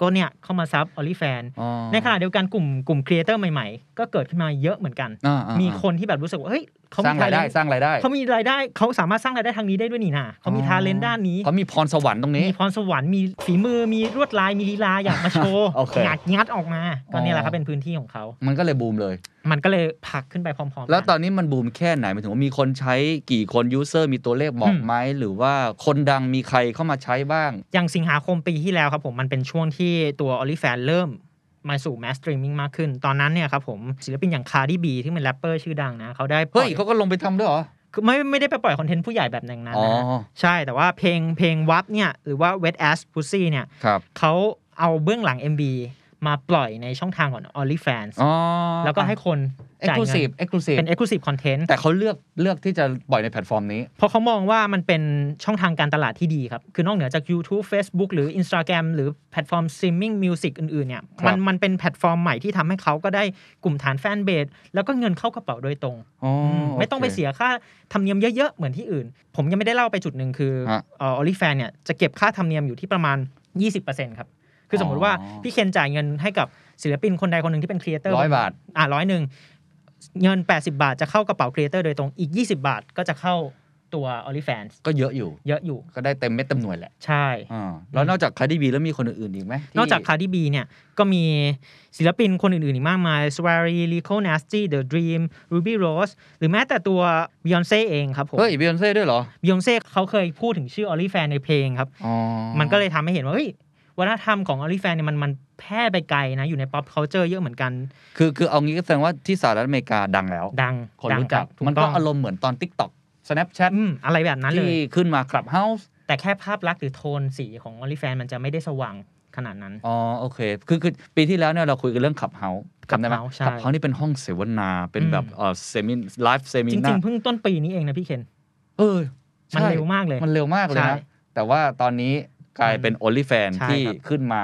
Speaker 1: ก็เนี่ยเข้ามาซับออลิแฟน
Speaker 2: อ๋อ
Speaker 1: ในขณะเดียวกันกลุ่มกลุ่มครีเอเตอร์ใหม่ๆ ก็เกิดขึ้นมาเยอะเหมือนกัน
Speaker 2: อ่าอ่า
Speaker 1: มีคนที่แบบรู้สึกว่าเฮ้ยเขา
Speaker 2: ส
Speaker 1: มี
Speaker 2: ร้างรายได้สร้างรายได้
Speaker 1: เขามีรายได้เขาสามารถสร้างรายได้ทางนี้ได้ด้วยนี่นะเขามี
Speaker 2: อ๋อ
Speaker 1: ทาเลนด้านนี้
Speaker 2: เขามีพรสวรรค์ตรงนี้
Speaker 1: มีพรสวรรค์มีฝีมือมีลวดลายมีลีลาอยากมาโชว์
Speaker 2: โอเค
Speaker 1: งัดงัดออกมาก็เนี่ยแหละครับ
Speaker 2: อ๋อ
Speaker 1: เป็นพื้นที่ของเขา
Speaker 2: มันก็เลยบูมเลย
Speaker 1: มันก็เลยผลักขึ้นไปพร้อมๆกัน
Speaker 2: แล้วตอนนี้มันบูมแค่ไหนหมายถึงว่ามีคนใช้กี่คนยูเซอร์มีตัวเลขบอก
Speaker 1: อืม
Speaker 2: ไหมหรือว่าคนดังมีใครเข้ามาใช้บ้าง
Speaker 1: อย่างสิงหาคมปีที่แล้วครับผมมันเป็นช่วงที่ตัว o อลิแฟนเริ่มมาสู่แมสสตรีมมิ่งมากขึ้น ตอนนั้นเนี่ยครับผมศิลปินอย่างคาร์ดิบีที่เป็นแรปเปอร์ชื่อดังนะเขาได้ปล่
Speaker 2: เฮ้
Speaker 1: อย ย
Speaker 2: เขาก็ลงไปทำด้วยเหรอ
Speaker 1: คือไม่ไม่ได้ไปปล่อยคอนเทนต์ผู้ใหญ่แบบนั้นนะ
Speaker 2: อ๋อ
Speaker 1: ใช่แต่ว่าเพลงเพลงวับเนี่ยหรือว่า Wet Ass Pussy เนี่ย
Speaker 2: ครับ
Speaker 1: เขาเอาเบื้องหลัง MB มาปล่อยในช่องทางของ o อลิแฟน
Speaker 2: อ๋อ
Speaker 1: แล้วก็ให้คน
Speaker 2: เอ็ก
Speaker 1: จ่าย
Speaker 2: ซ์คลู
Speaker 1: เงิ
Speaker 2: ซีฟ
Speaker 1: น
Speaker 2: เอ็กซ์คลูซีฟ
Speaker 1: เป็น Exclusive Content
Speaker 2: แต่เขาเลือกเลือกที่จะปล่อยในแพลตฟอร์มนี้
Speaker 1: เพราะเขามองว่ามันเป็นช่องทางการตลาดที่ดีครับ คือนอกเหนือจาก YouTube Facebook หรือ Instagram หรือแพลตฟอร์ม streaming music อื่น ๆ เนี่ย
Speaker 2: ครับ
Speaker 1: มันมันเป็นแพลตฟอร์มใหม่ที่ทำให้เขาก็ได้กลุ่มฐานแฟนเบสแล้วก็เงินเข้ากระเป๋าโดยตรง
Speaker 2: อ๋อ
Speaker 1: ม
Speaker 2: โค
Speaker 1: ไม่ต้องไปเสียค่าธรรมเนียมเยอะ ๆ เหมือนที่อื่น ผมยังไม่ได้เล่าไปจุดหนึ่งคือ
Speaker 2: ฮะ
Speaker 1: เออลิแฟนเนี่ยจะเก็บค่าธรรมเนียมอยู่ที่ประมาณ 20%ครับ คือสมมติว่า
Speaker 2: อ๋อ
Speaker 1: พี่เคนจ่ายเงินให้กับศิลปินคนใดคนหนึ่งที่เป็นครีเอเตอร์
Speaker 2: ร้อยบาท
Speaker 1: อ่ะร้อยหนึ่งเงิน 80 บาทจะเข้ากระเป๋าครีเอเตอร์โดยตรงอีก 20 บาทก็จะเข้าตัว o n l y f a n s
Speaker 2: ก็เยอะอยู่
Speaker 1: เยอะอยู่
Speaker 2: ก็ได้เต็มเม็ดเต็มหน่วยแหละ
Speaker 1: ใช่
Speaker 2: อ่าแล้วนอกจากคาร์ดิบีแล้วมีคนอื่นๆอีกไหมที่
Speaker 1: นอกจากคาร์ดิบีเนี่ย ก็มีศิลปินคนอื่น ๆ อีกมากมาย s w a r i l i c o Nasty The Dream Ruby Rose หรือแม้แต่ตัว Beyonce เองครับผม
Speaker 2: เฮ้ยบิออนเซ่ด้วยเหรอ
Speaker 1: Beyonce เขาเคยพูดถึงชื่อ o n l y f a n ในเพลงครับ
Speaker 2: อ๋อ
Speaker 1: มันก็เลยทำให้เห็นว่าเฮ้ยวัฒนธรรมของ o n l y f a n เนี่ยมันมันแพร่ไปไกลนะ อยู่ใน pop culture เยอะเหมือนกัน
Speaker 2: คือคือเอางี้ก็แสดงว่าที่สหรัฐอเมริกาดังแล้ว
Speaker 1: ดัง
Speaker 2: คน
Speaker 1: ดัง
Speaker 2: รู้จัก
Speaker 1: ถูก
Speaker 2: มัน
Speaker 1: ต้
Speaker 2: ก็
Speaker 1: อง
Speaker 2: อารมณ์เหมือนตอน Tik t o k Snapchat
Speaker 1: อืมอะไรแบบนั้นเล
Speaker 2: ที่
Speaker 1: ย
Speaker 2: ขึ้นมาคลับเฮาส์
Speaker 1: แต่แค่ภาพลักษณ์หรือโทนสีของ o n l y f a n มันจะไม่ได้สว่างขนาดนั้น
Speaker 2: อ๋อโอเค คือคือปีที่แล้วเนี่ยเราคุยกันเรื่องคลับเฮาส์จำได้ไหม
Speaker 1: Clubhouse ใช่
Speaker 2: คลับเฮาส์นี่เป็นห้องเสวนา เป็น
Speaker 1: อืม
Speaker 2: แบบเออเซมินไลฟ์เซมิ
Speaker 1: จ
Speaker 2: นา
Speaker 1: ริง ๆ เพิ่งต้นปีนี้เองนะพี่เคน
Speaker 2: เออ
Speaker 1: มัน
Speaker 2: ใช่
Speaker 1: เร็วมากเลย
Speaker 2: มันเร็วมากเลย
Speaker 1: ใช่
Speaker 2: นะ แต่ว่าตอนนี้กลายเป็น o n l y f a n
Speaker 1: ใช่
Speaker 2: ที่
Speaker 1: ครับ
Speaker 2: ขึ้นมา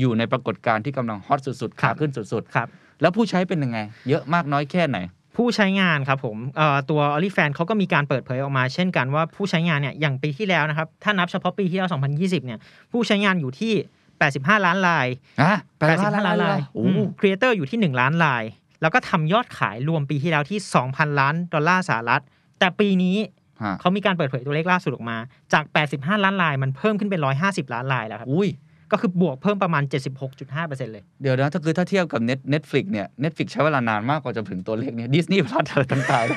Speaker 2: อยู่ในปรากฏการณ์ที่กำลังฮอตสุดๆ
Speaker 1: ครั
Speaker 2: ขา
Speaker 1: บ
Speaker 2: ขึ้นสุด
Speaker 1: ครับ
Speaker 2: ๆ แล้วผู้ใช้เป็นยังไง เยอะมากน้อยแค่ไหน
Speaker 1: ผู้ใช้งานครับผมเอ่อตัว o l i f a n เขาก็มีการเปิดเผยออกมา เช่นกันว่าผู้ใช้งานเนี่ยอย่างปีที่แล้วนะครับ ถ้านับเฉพาะปีที่แล้ว 2020 เนี่ยผู้ใช้งานอยู่ที่ 85 ล้านลาย
Speaker 2: ฮะแปด
Speaker 1: 85
Speaker 2: ล้านลายโอ้โห
Speaker 1: ครีเอเตอร์อยู่ที่ 1 ล้านลาย แล้วก็ทำยอดขายรวมปีที่แล้วที่ 2,000 ล้านดอลลาร์สหรัฐ แต่ปีนี้
Speaker 2: ฮะ
Speaker 1: เขามีการเปิดเผยตัวเลขล่าสุดออกมา จาก 85 ล้านลายมันเพิ่มขึ้นเป็น 150 ล้านลายแล้วครับ
Speaker 2: อุ้ย
Speaker 1: ก็คือบวกเพิ่มประมาณ 76.5%เลย
Speaker 2: เดี๋ยวนะถ้าคือถ้าเทียบกับ Net Netflix เนี่ย Netflix ใช้เวลานานมากกว่าจะถึงตัวเลขเนี่ยดิสนีย์พลัสอะไรต่างๆ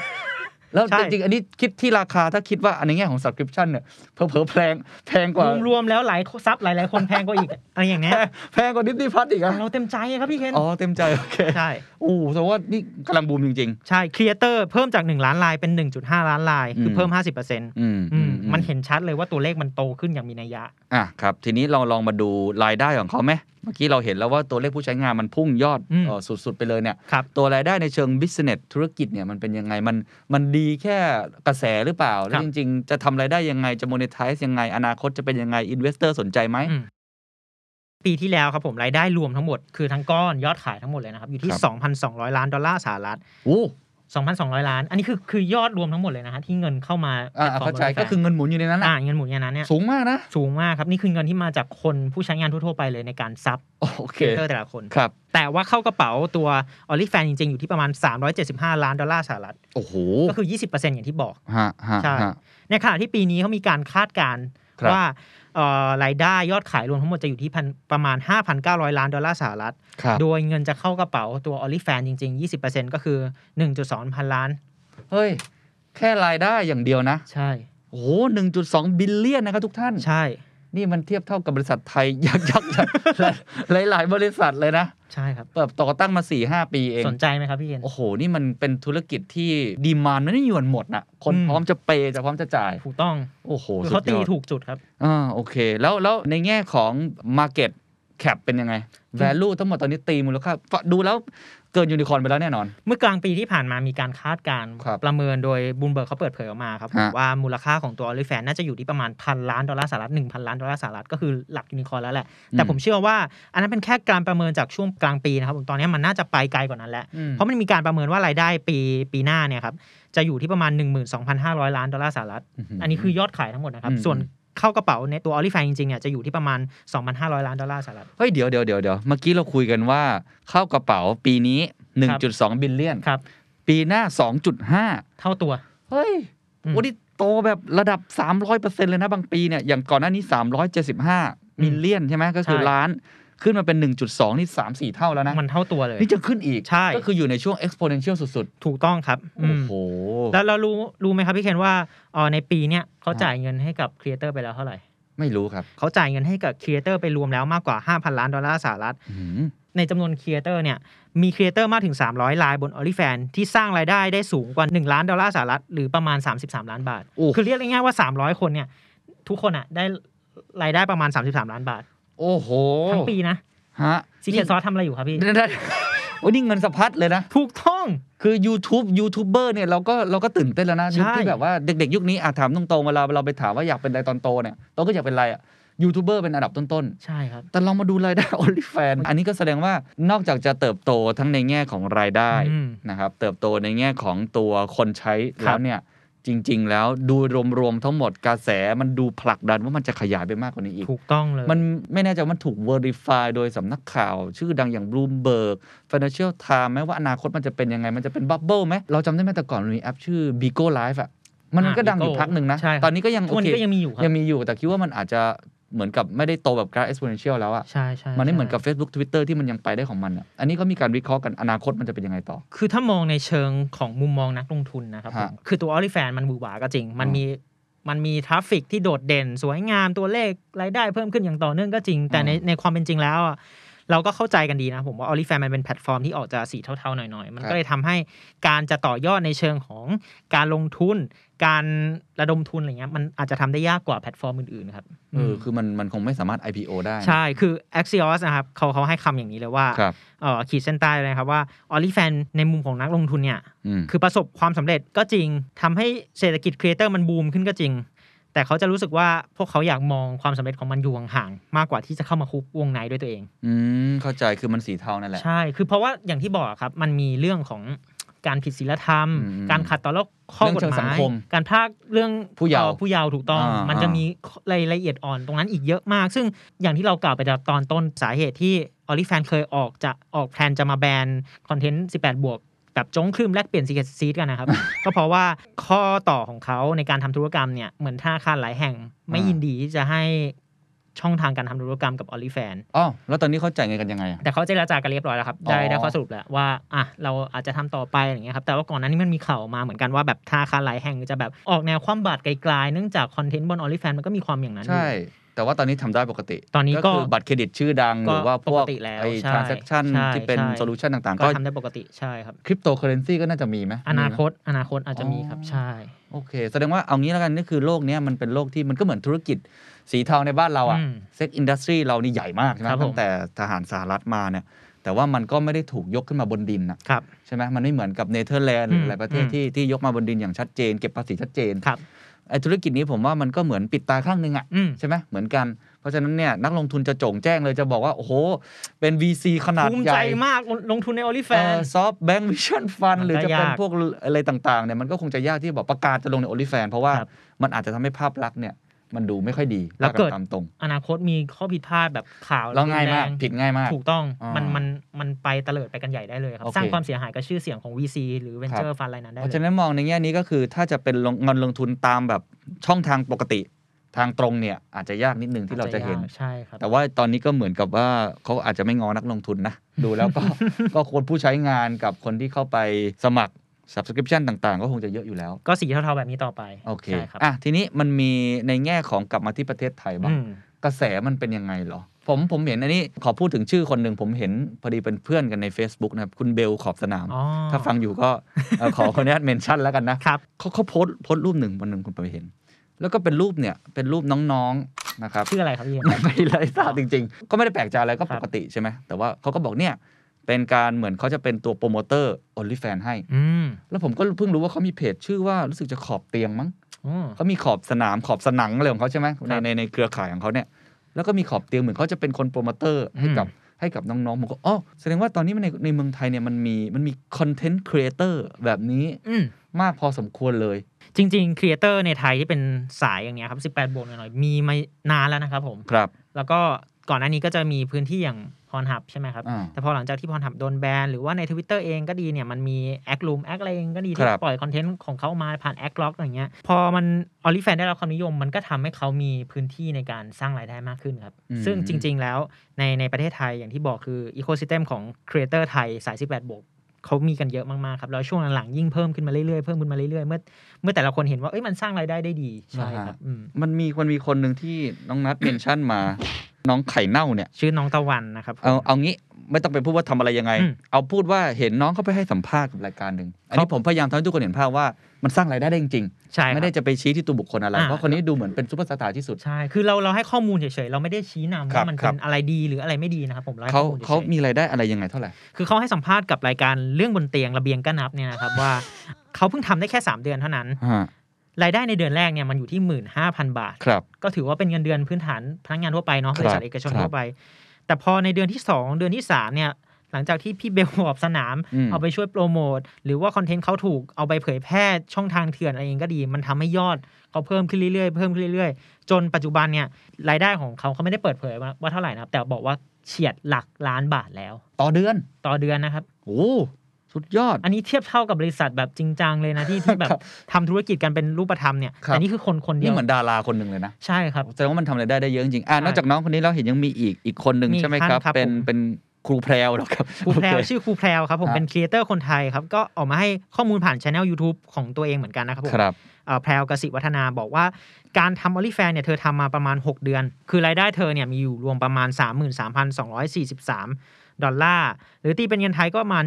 Speaker 2: แล้ว
Speaker 1: ใช่
Speaker 2: จริงๆ อันนี้คิดที่ราคาถ้าคิดว่าในแง่ของ subscription เนี่ยเผลอๆแพงแพงกว่าร
Speaker 1: วมๆแล้วหลายซับหลายๆคนแพงกว่าอีกอะไรอย่างเงี้ย
Speaker 2: แพงกว่าดิสนีย์พลัสอีกอะ
Speaker 1: เราเต็มใจครับพี่เคน
Speaker 2: อ๋อ เต็มใจ โอเค
Speaker 1: ใช่
Speaker 2: โอ้แต่ว่านี่กำลังบูมจริง
Speaker 1: ใช่ครีเอเตอร์เพิ่มจาก 1 ล้านลายเป็น 1.5 ล้านลาย คือ
Speaker 2: ม
Speaker 1: เพิ่ม 50%อ
Speaker 2: ๆ อืมื อื
Speaker 1: ม
Speaker 2: อื
Speaker 1: มันเห็นชัดเลยว่าตัวเลขมันโตขึ้นอย่างมีนัยยะ
Speaker 2: อ่ะครับ ทีนี้เราลองมาดูรายได้ของเขาไหมเมื่อกี้เราเห็นแล้วว่าตัวเลขผู้ใช้งานมันพุ่งยอด
Speaker 1: อืม
Speaker 2: เอ่อสุดๆไปเลยเนี่ย
Speaker 1: ครับ
Speaker 2: ตัวรายได้ในเชิง business ธุรกิจเนี่ยมันเป็นยังไง มันมันดีแค่กระแสหรือเปล่า แล้
Speaker 1: ค
Speaker 2: ว
Speaker 1: รั
Speaker 2: จ
Speaker 1: บ
Speaker 2: ริง ๆ จะทำรายได้ยังไง จะ monetize ยังไง อนาคตจะเป็นยังไง investor สนใจไหม
Speaker 1: อืมปีที่แล้วครับผมรายได้รวมทั้งหมด คือทั้งก้อนยอดขายทั้งหมดเลยนะครับ อยู่ที่
Speaker 2: ครับ
Speaker 1: 2,200 ล้านดอลลาร์สหรัฐ
Speaker 2: โอ้
Speaker 1: 2,200 ล้าน อันนี้คือคือยอดรวมทั้งหมดเลยนะฮะที่เงินเข้ามา
Speaker 2: อ่า
Speaker 1: แพลตฟอร์ม
Speaker 2: เข้าใจ
Speaker 1: บริาร
Speaker 2: ก็คือเงินหมุนอยู่ในนั้น
Speaker 1: อ่า
Speaker 2: นะ
Speaker 1: เงินหมุนเงินนั้นเนี่ย
Speaker 2: สูงมากนะ
Speaker 1: สูงมากครับนี่คือเงินที่มาจากคนผู้ใช้งานทั่วๆไปเลยในการซับ
Speaker 2: โอ
Speaker 1: ค
Speaker 2: เค
Speaker 1: รีเอเตอร์แต่ละคน
Speaker 2: ครับ
Speaker 1: แต่ว่าเข้ากระเป๋าตัวออลิแฟนจริงๆอยู่ที่ประมาณ 375 ล้านดอลลาร์สหรัฐ
Speaker 2: โอ้โห
Speaker 1: ก็คือ 20%อย่างที่บอก
Speaker 2: ฮะฮะ
Speaker 1: ใช่
Speaker 2: ฮะ
Speaker 1: ในขณะที่ปีนี้เขามีการคาดการณ์
Speaker 2: ครับ
Speaker 1: ว่าเอ่อรายได้ยอดขายรวมทั้งหมดจะอยู่ที่พันประมาณ 5,900 ล้านดอลลาร์สหรัฐ
Speaker 2: ครับ
Speaker 1: โดยเงินจะเข้ากระเป๋าตัวออลิแฟนจริง ๆ 20%ก็คือ 1.2 พันล้าน
Speaker 2: เฮ้ย แค่รายได้อย่างเดียวนะ
Speaker 1: ใช่
Speaker 2: โอ้โหนึ่งจุดสองบิลเลียนนะครับทุกท่าน
Speaker 1: ใช่
Speaker 2: นี่มันเทียบเท่ากับบริษัทไทย ยักษ์ยักษ์หลายหลายๆบริษัทเลยนะ
Speaker 1: ใช่ครับ
Speaker 2: แบบต่อตั้งมา4ี่ห้าปีเอง
Speaker 1: สนใจไหมครับพี่เคน
Speaker 2: โอ้โห นี่มันเป็นธุรกิจที่ดีมานมันไม่มีวันหมดน่ะ คน
Speaker 1: อืม
Speaker 2: พร้อมจะเปย์จะพร้อมจะจ่าย
Speaker 1: ถูกต้อง
Speaker 2: โอ้โห
Speaker 1: คือ
Speaker 2: สุ
Speaker 1: เขา
Speaker 2: ดย
Speaker 1: ตี
Speaker 2: อด
Speaker 1: ถูกจุดครับ
Speaker 2: อ่าโอเค แล้วแล้วในแง่ของ Market Cap เป็นยังไง Value ทั้งหมดตอนนี้ตีมูลค่าดูแล้ว เกินยูนิคอร์นไปแล้วแน่นอน
Speaker 1: เมื่อกลางปีที่ผ่านมามีการคาดการณ์
Speaker 2: ครับ
Speaker 1: ประเมินโดยบูมเบิร์กเขาเปิดเผยออกมาครับ
Speaker 2: ฮะ
Speaker 1: ว่ามูลค่าของตัว o อลิแฟนน่าจะอยู่ที่ประมาณพันล้านดอลลาร์สหรัฐหนึ่งพันล้านดอลลาร์สหรัฐก็คือหลักยูนิคอร์นแล้วแหละ แต่ผมเชื่อว่าอันนั้นเป็นแค่การประเมินจากช่วงกลางปีนะครับผมตอนนี้มันน่าจะไปไกลกว่านั้นแล้ว เพราะมันมีการประเมินว่ารายได้ปีปีหน้าเนี่ยครับจะอยู่ที่ประมาณ 12,500 ล้านดอลลาร์สหรัฐ
Speaker 2: หื
Speaker 1: อันนี้คือยอดขายทั้งหมดนะครับ
Speaker 2: อืม
Speaker 1: ส่วนเข้ากระเป๋าในตัว o อลิแฟนจริงๆเนี่ยจะอยู่ที่ประมาณ 2,500 ล้านดอลลาร์สหรัฐ
Speaker 2: เฮ้ยเดี๋ยวเดี๋ยวเดี๋ยวเดี๋ยวเมื่อกี้เราคุยกันว่าเข้ากระเป๋าปีนี้ 1.2 บิลเลียน
Speaker 1: ครับ
Speaker 2: ปีหน้า 2.5
Speaker 1: เท่าตัว
Speaker 2: เฮ้ย
Speaker 1: อืม
Speaker 2: โอ้นี่โตแบบระดับ 300%เลยนะบางปีเนี่ย อย่างก่อนหน้านี้ 375 มิลเลียนใช่ไหมก็คือ
Speaker 1: ใช่
Speaker 2: ล้านขึ้นมาเป็น 1.2 นี่ 3-4 เท่าแล้วนะ
Speaker 1: มันเท่าตัวเลย
Speaker 2: นี่จะขึ้นอีก
Speaker 1: ใช่
Speaker 2: ก็คืออยู่ในช่วง exponential สุด
Speaker 1: ถูกต้องครับ
Speaker 2: ๆ
Speaker 1: อืม
Speaker 2: โอ้โห
Speaker 1: แล้วเรารู้รู้ไหมครับพี่เคนว่าเอ่อในปีเนี้ยเขาจ่ายเงินให้กับครีเอเตอร์ไปแล้วเท่าไหร่
Speaker 2: ไม่รู้ครับ
Speaker 1: เขาจ่ายเงินให้กับครีเอเตอร์ไปรวมแล้วมากกว่า 5,000 ล้านดอลลาร์สหรัฐ
Speaker 2: อื้อหือ
Speaker 1: ในจำนวนครีเอเตอร์เนี่ยมีครีเอเตอร์มากถึง 300รายบน o อ i ิแฟนที่สร้างรายได้ได้สูงกว่า 1 ล้านดอลลาร์สหรัฐ หรือประมาณ 33 ล้านบาท
Speaker 2: โอ้
Speaker 1: คือเรียกง่ายๆว่า 300 คนเนี่ยทุกคนอ่ะได้รายได้ประมาณ 33 ล้านบาท
Speaker 2: โอ้โห
Speaker 1: ทั้งปีนะ
Speaker 2: ฮะ
Speaker 1: ซีเคนซอสทำอะไรอยู่ครับพี่
Speaker 2: นี่ได้ได้โอ้นี่เงินสะพัดเลยนะ
Speaker 1: ถูกต้อง
Speaker 2: คือ YouTube ยูทูบเบอร์เนี่ยเราก็เราก็ตื่นเต้นแล้วนะ
Speaker 1: ใช่
Speaker 2: ยุคที่แบบว่าเด็กๆ ยุคนี้อาถามตรงๆเวลาเราไปถามว่าอยากเป็นอะไรตอนโตเนี่ยเราก็อยากเป็นอะไรอะยูทูบเบอร์เป็นอันดับต้น
Speaker 1: ใช่ครับ
Speaker 2: ๆ แต่ลองมาดูรายได้ o n l y f a n อันนี้ก็แสดงว่านอกจากจะเติบโตทั้งในแง่ของรายได้
Speaker 1: อืม
Speaker 2: นะครับเติบโตในแง่ของตัวคนใช้
Speaker 1: ครั
Speaker 2: แล้ว
Speaker 1: บ
Speaker 2: เนี่ยจริง ๆ แล้วดูรวมๆทั้งหมดกระแสมันดูผลักดันว่ามันจะขยายไปมากกว่านี้อีก
Speaker 1: ถูกต้องเลย
Speaker 2: มันไม่แน่ใจว่ามันถูก Verify โดยสำนักข่าว ชื่อดังอย่าง Bloomberg Financial Times ไหมว่าอนาคตมันจะเป็นยังไง มันจะเป็นบับเบิลไหม เราจำได้ไหมแต่ก่อนมันมีแอปชื่อ Bigo Live อ่ะ มันก็ดังอยู่พักหนึ่งนะ
Speaker 1: ใช่ครับ
Speaker 2: ตอนนี้ก็ยัง
Speaker 1: ทุ
Speaker 2: โอก
Speaker 1: วัน
Speaker 2: เค
Speaker 1: นี้ก็ยังมีอยู่ครั
Speaker 2: ยั
Speaker 1: บ
Speaker 2: งมีอยู่แต่คิดว่ามันอาจจะเหมือนกับไม่ได้โตแบบกราฟ exponential แล้วอ่ะ
Speaker 1: ใช่ใช่
Speaker 2: มันไม่เหมือน
Speaker 1: ใช่
Speaker 2: กับ Facebook Twitter ที่มันยังไปได้ของมันอะอันนี้ก็มีการวิเคราะห์กันอนาคตมันจะเป็นยังไงต่อ
Speaker 1: คือถ้ามองในเชิงของมุมมองนักลงทุนนะครับผ
Speaker 2: ฮะ
Speaker 1: มคือตัวออลิแฟนมันหวือหวาก็จริง มัน
Speaker 2: อืม
Speaker 1: มีมันมีทราฟฟิกที่โดดเด่น สวยงามตัวเลขรายได้เพิ่มขึ้นอย่างต่อเนื่องก็จริง แต่ใน
Speaker 2: อืม
Speaker 1: ในความเป็นจริงแล้วอะเราก็เข้าใจกันดีนะผมว่าออลิแฟนมันเป็นแพลตฟอร์มที่ออกจะสีเทาๆหน่อยๆ มัน
Speaker 2: ครับ
Speaker 1: ก็เลยทำให้การจะต่อยอดในเชิงของการลงทุน การระดมทุนอะไรเงี้ยมันอาจจะทำได้ยากกว่าแพลตฟอร์มอื่นๆครับ
Speaker 2: เออคือมันมันคงไม่สามารถ IPO ได้นะ
Speaker 1: ใช่คือ Axios นะครับเขาเขาให้คำอย่างนี้เลยว่า
Speaker 2: ครับ
Speaker 1: เอ่อขีดเส้นใต้เลยนะครับว่าออลิแฟนในมุมของนักลงทุนเนี่ย
Speaker 2: อืม
Speaker 1: คือประสบความสำเร็จก็จริงทำให้เศรษฐกิจครีเอเตอร์มันบูมขึ้นก็จริง แต่เขาจะรู้สึกว่าพวกเขาอยากมองความสำเร็จของมันอยู่ห่างๆมากกว่าที่จะเข้ามาคุบวงในด้วยตัวเอง
Speaker 2: อืมเข้าใจคือมันสีเทานั่นแหละ
Speaker 1: ใช่ คือเพราะว่าอย่างที่บอกครับ มันมีเรื่องของการผิดศีลธรรม
Speaker 2: อืม
Speaker 1: การขัดต่อโลกข้อกฎ
Speaker 2: เรื่อง
Speaker 1: ห
Speaker 2: เชิงสัง
Speaker 1: มาย
Speaker 2: คม
Speaker 1: การพรากเรื่อง
Speaker 2: ผู้เยาว์
Speaker 1: อ่อผู้เยาว์ถูกต้อง
Speaker 2: อ่ามั
Speaker 1: มันจะมีรายละเอียดอ่อนตรงนั้นอีกเยอะมาก ซึ่งอย่างที่เรากล่าวไปตอนต้นสาเหตุที่ออลิแฟนเคยออกจะออกแพลนจะมาแบนคอนเทนต์ 18 บวกแบบจงคลืมแลกเปลี่ยนซีเ e t ซีดกัน นะครับ ก็เพราะว่าข้อต่อของเขาในการทำธุรกรรมเนี่ยเหมือนธนาคารหลายแห่งไม่
Speaker 2: อ่ายิ
Speaker 1: ยินดีที่จะให้ช่องทางการทำธุรกรรมกับออลิแฟน
Speaker 2: อ๋อแล้วตอนนี้เขาจ่ายเงินกันยังไงอะ
Speaker 1: แต่เขาเจรจากันเรียบร้อยแล้วครับ
Speaker 2: อ๋อ
Speaker 1: ได้ได้ข้อสรุปแล้วว่าอ่ะเราอาจจะทำต่อไปอะไรอย่างเงี้ยครับแต่ว่าก่อนหนั้นนี่มันมีข่าวมาเหมือนกันว่าแบบธนาคารหลายแห่งจะแบบออกแนวความบาดไกลๆเนื่องจากคอนเทนต์บนออลิแฟนมันก็มีความอย่างนั้นอยู่
Speaker 2: ใช่ แต่ว่าตอนนี้ทำได้ปกติ
Speaker 1: ตอนนี้ก็
Speaker 2: คือบัตรเครดิตชื่อดัง
Speaker 1: ก็
Speaker 2: หรือว่าพวก
Speaker 1: ปกติแล้ว
Speaker 2: ไอ้
Speaker 1: ใช่
Speaker 2: transaction
Speaker 1: ใช่
Speaker 2: ที่เป็น
Speaker 1: ใช่
Speaker 2: โซลูชันต่างๆ
Speaker 1: ก็
Speaker 2: ก็
Speaker 1: ทำได้ปกติใช่ครับ
Speaker 2: คริปโตเคอเรนซีก็น่าจะมีไหม
Speaker 1: อนาคตอนาคตอาจจะมีครับใช่
Speaker 2: โอเค แสดงว่าเอางี้แล้วกันนี่คือโลกเนี้ยมันเป็นโลกที่มันก็เหมือนธุรกิจสีเทาในบ้านเราอะ
Speaker 1: อืม
Speaker 2: เซ็กอินดัสทรีเรานี่ใหญ่มากใช่ไหม
Speaker 1: ครับผม
Speaker 2: ตั้งแต่ทหารสหรัฐมาเนี่ยแต่ว่ามันก็ไม่ได้ถูกยกขึ้นมาบนดินอะ
Speaker 1: ครับ
Speaker 2: ใช่ไหมมันไม่เหมือนกับเนเธอร์แลนด์หรืออะไรประเทศ
Speaker 1: อืม
Speaker 2: ที่ที่ยกมาบนดินอย่างชัดเจน เก็บภาษีชัดเจน
Speaker 1: ครับ
Speaker 2: ไอ้ธุรกิจนี้ผมว่ามันก็เหมือนปิดตาข้างหนึงอะ
Speaker 1: อืม
Speaker 2: ใช่ไหมเหมือนกัน เพราะฉะนั้นเนี่ยนักลงทุนจะโจ่งแจ้งเลยจะบอกว่า โอ้โห เป็น VC ขนาด
Speaker 1: ภูมิ
Speaker 2: ให
Speaker 1: ใจ
Speaker 2: ญ่
Speaker 1: มากลงลงทุนในออลิแฟน
Speaker 2: ซอฟแบงก์วิชั่นฟัน
Speaker 1: มันก็
Speaker 2: หรือจะเป็น
Speaker 1: ยาก
Speaker 2: พวกอะไรต่างๆเนี่ยมันก็คงจะยากที่บอกประกาศจะลงในโอลิแฟนเพราะว่า
Speaker 1: ครับ
Speaker 2: มันอาจจะทำให้ภาพลักษณ์เนี่ยมันดูไม่ค่อยดี
Speaker 1: แล้วเกิด
Speaker 2: าตามตรง
Speaker 1: อนาคตมีข้อผิดพลาดแบบข่าว
Speaker 2: แล้วง่ายมาก
Speaker 1: รุนแรง
Speaker 2: ผิดง่ายมาก
Speaker 1: ถูกต้อง
Speaker 2: อ่ามั
Speaker 1: มันมันมันไปเตลิดไปกันใหญ่ได้เลยครับ
Speaker 2: โอเค
Speaker 1: สร้างความเสียหายกับชื่อเสียงของ VC หรือ
Speaker 2: ครั
Speaker 1: Venture
Speaker 2: บ
Speaker 1: Fund อะไรนั้นได้
Speaker 2: เพ
Speaker 1: เล
Speaker 2: ราะฉะ
Speaker 1: ย
Speaker 2: นั้นมองในแง่นี้ก็คือถ้าจะเป็นลงเงินลงทุนตามแบบช่องทางปกติทางตรงเนี่ยอาจจะยากนิดนึงที่เราจะเห็น
Speaker 1: ใช่ครับ
Speaker 2: แต่ว่าตอนนี้ก็เหมือนกับว่าเขาอาจจะไม่งอนักลงทุน นะ ดูแล้วก็ ก็คนผู้ใช้งานกับคนที่เข้าไปสมัคร subscription ต่างๆ ก็คงจะเยอะอยู่แล้ว
Speaker 1: ก็สีเทาๆแบบนี้ต่อไป
Speaker 2: โอเค
Speaker 1: ใช่ครับ
Speaker 2: อ่ะ ทีนี้มันมีในแง่ของกลับมาที่ประเทศไทยบ้า
Speaker 1: อื
Speaker 2: ง
Speaker 1: ม
Speaker 2: กระแสมันเป็นยังไงเหรอ ผมผมเห็นอันนี้ขอพูดถึงชื่อคนหนึ่งผมเห็นพอดีเป็นเพื่อนกันใน Facebook นะครับ คุณเบลขอบสนาม
Speaker 1: อ๋อ
Speaker 2: ถ้าฟังอยู่ก็เอ่อขอ ขออนุญาตเมนชั่นแล้วกันนะครับ เขาเขาโพสต์โพสต์รูปหนึ่งวันหนึ่งคุณไปเห็น แล้วก็เป็นรูปเนี่ยเป็นรูปน้องๆนะครับ
Speaker 1: ชื่ออะไรครับพี่
Speaker 2: ไม่ไร้สาระจริง ๆ ก็ไม่ได้แปลกใจอะไรก็
Speaker 1: ครั
Speaker 2: ป
Speaker 1: บ
Speaker 2: กติใช่ไหม แต่ว่าเขาก็บอกเนี่ย เป็นการเหมือนเขาจะเป็นตัวโปรโมเตอร์ OnlyFans ให้
Speaker 1: อืม
Speaker 2: แล้วผมก็เพิ่งรู้ว่าเขามีเพจชื่อว่ารู้สึกจะขอบเตียงมั้ง
Speaker 1: โอ้
Speaker 2: เขามีขอบสนามขอบสนังอะไรของเขาใช่ไหมในในในเครือข่ายของเขาเนี่ย แล้วก็มีขอบเตียงเหมือนเขาจะเป็นคนโปรโมเตอร์ให้กับให้กับน้องๆผมก็อ๋อแสดงว่าตอนนี้มันในในเมืองไทยเนี่ยมันมีมันมีคอนเทนต์ครีเอเตอร์แบบนี้
Speaker 1: อืม
Speaker 2: มากพอสมควรเลย
Speaker 1: จริงๆครีเอเตอร์ในไทยที่เป็นสายอย่างเนี้ยครับ 18 บวกหน่อยๆ มีมานานแล้วนะครับผม
Speaker 2: ครับ
Speaker 1: แล้วก็ก่อนหน้านี้ก็จะมีพื้นที่อย่างพรหับใช่ไหมครับ
Speaker 2: อ่า
Speaker 1: แต่พอหลังจากที่พรหับโดนแบน หรือว่าใน Twitter เองก็ดีเนี่ยมันมีแอคลูมแอคอะไรเองก็ดีที่
Speaker 2: ครับ
Speaker 1: ปล่อยคอนเทนต์ของเขามาผ่านแอคล็อกอย่างเงี้ย พอมันออลิแฟนได้รับความนิยมมันก็ทำให้เขามีพื้นที่ในการสร้างรายได้มากขึ้นครับ
Speaker 2: อืม
Speaker 1: ซึ่งจริง ๆ แล้วในในประเทศไทยอย่างที่บอกคืออีโคซิสเต็มของครีเอเตอร์ไทยสาย 18 บวกเขามีกันเยอะมากๆครับแล้วช่วงหลังๆยิ่งเพิ่มขึ้นมาเรื่อยๆเพิ่มขึ้นมาเรื่อยๆเมื่อเมื่อแต่ละคนเห็นว่าเอ้ยมันสร้างรายได้ได้ดีใช่ครับอืม
Speaker 2: มันมีมันมีคนหนึ่งที่น้องนัดเมนชั่นมา น้องไข่เน่าเนี่ย
Speaker 1: ชื่อน้องตะวันนะครับผม
Speaker 2: เอาเอางี้ไม่ต้องไปพูดว่าทำอะไรยังไง
Speaker 1: อืม
Speaker 2: เอาพูดว่าเห็นน้องเขาไปให้สัมภาษณ์กับรายการหนึ่งอันนี้ผมพยายามทำให้ทุกคนเห็นภาพว่ามันสร้างรายได้ได้จริง
Speaker 1: ใช่ครับ
Speaker 2: ไม่ได้จะไปชี้ที่ตัวบุคคลอะไร
Speaker 1: อ่า
Speaker 2: เพราะคนนี้ดูเหมือนเป็นซูเปอร์สตาร์ที่สุด
Speaker 1: ใช่ คือเราเราให้ข้อมูลเฉยๆ เราไม่ได้ชี้นำ
Speaker 2: ครับ
Speaker 1: ว่ามัน
Speaker 2: ครั
Speaker 1: เป็น
Speaker 2: บ
Speaker 1: อะไรดีหรืออะไรไม่ดีนะครับผมเราให้
Speaker 2: เขา
Speaker 1: ข้อมูลเฉยๆ
Speaker 2: เขามีรายได้อะไรยังไงเท่าไหร่
Speaker 1: คือเขาให้สัมภาษณ์กับรายการเรื่องบนเตียงระเบียงก็นับเนี่ยนะครับว่า เขาเพิ่งทำได้แค่ 3 เดือนเท่านั้น รายได้ในเดือนแรกเนี่ยมันอยู่ที่ 15,000 บาท
Speaker 2: ครับ
Speaker 1: ก็ถือว่าเป็นเงินเดือนพื้นฐานพนักงานทั่วไปเนาะ
Speaker 2: ครับ
Speaker 1: บริษัทเอกชน
Speaker 2: ครับ
Speaker 1: ทั่วไป แต่พอในเดือนที่ 2 เดือนที่ 3 เนี่ย หลังจากที่พี่เบลออกสนาม
Speaker 2: อืม
Speaker 1: เอาไปช่วยโปรโมท หรือว่าคอนเทนต์เขาถูกเอาไปเผยแพร่ช่องทางเถื่อนอะไรเองก็ดี มันทำให้ยอดเขาเพิ่มขึ้นเรื่อยๆ เพิ่มขึ้นเรื่อยๆ จนปัจจุบันเนี่ยรายได้ของเขาเขาไม่ได้เปิดเผยว่าว่าเท่าไหร่นะครับ แต่บอกว่าเฉียดหลักล้านบาทแล้ว
Speaker 2: ต่อเดือน
Speaker 1: ต่อเดือนนะครับ
Speaker 2: โอ้สุดยอด
Speaker 1: อันนี้เทียบเท่ากับบริษัทแบบจริงจังเลยนะที่ที่แบบ
Speaker 2: ครับ
Speaker 1: ทำธุรกิจกันเป็นรูปธรรมเนี่ย
Speaker 2: ครับ
Speaker 1: แต่นี่คือคนคนเดีย
Speaker 2: นี่
Speaker 1: ว
Speaker 2: เหมือนดาราคนหนึ่งเลยนะ
Speaker 1: ใช่ครับ
Speaker 2: แสดงว่ามันทำรายได้ได้เยอะจริงๆอ่ะ
Speaker 1: ใช่
Speaker 2: นอกจากน้องคนนี้แล้วเห็นยังมีอีกอีกคนหนึ่ง
Speaker 1: มี
Speaker 2: ใช่ไหมครั
Speaker 1: ท่า
Speaker 2: บ
Speaker 1: นครับ
Speaker 2: เป็น
Speaker 1: ผม
Speaker 2: เป็นครูแพรวเหรอครับ
Speaker 1: ครูแพรว
Speaker 2: โอเ
Speaker 1: ชื่อครูแพรวครับผม
Speaker 2: ครับ
Speaker 1: เป็นครีเอเตอร์คนไทยครับ ก็ออกมาให้ข้อมูลผ่านช anel YouTube ของตัวเองเหมือนกันนะครับผม
Speaker 2: ครับ
Speaker 1: เอ่อแพรวกสิวัฒนาบอกว่าการทำออ y แฟนเนี่ยเธอทำมาประมาณ 6 เดือน คือรายได้เธอเนี่ยมีอยู่รวมประมาณ 33,243 ดอลลาร์ หรือตีเป็นเงินไทยก็ประมาณ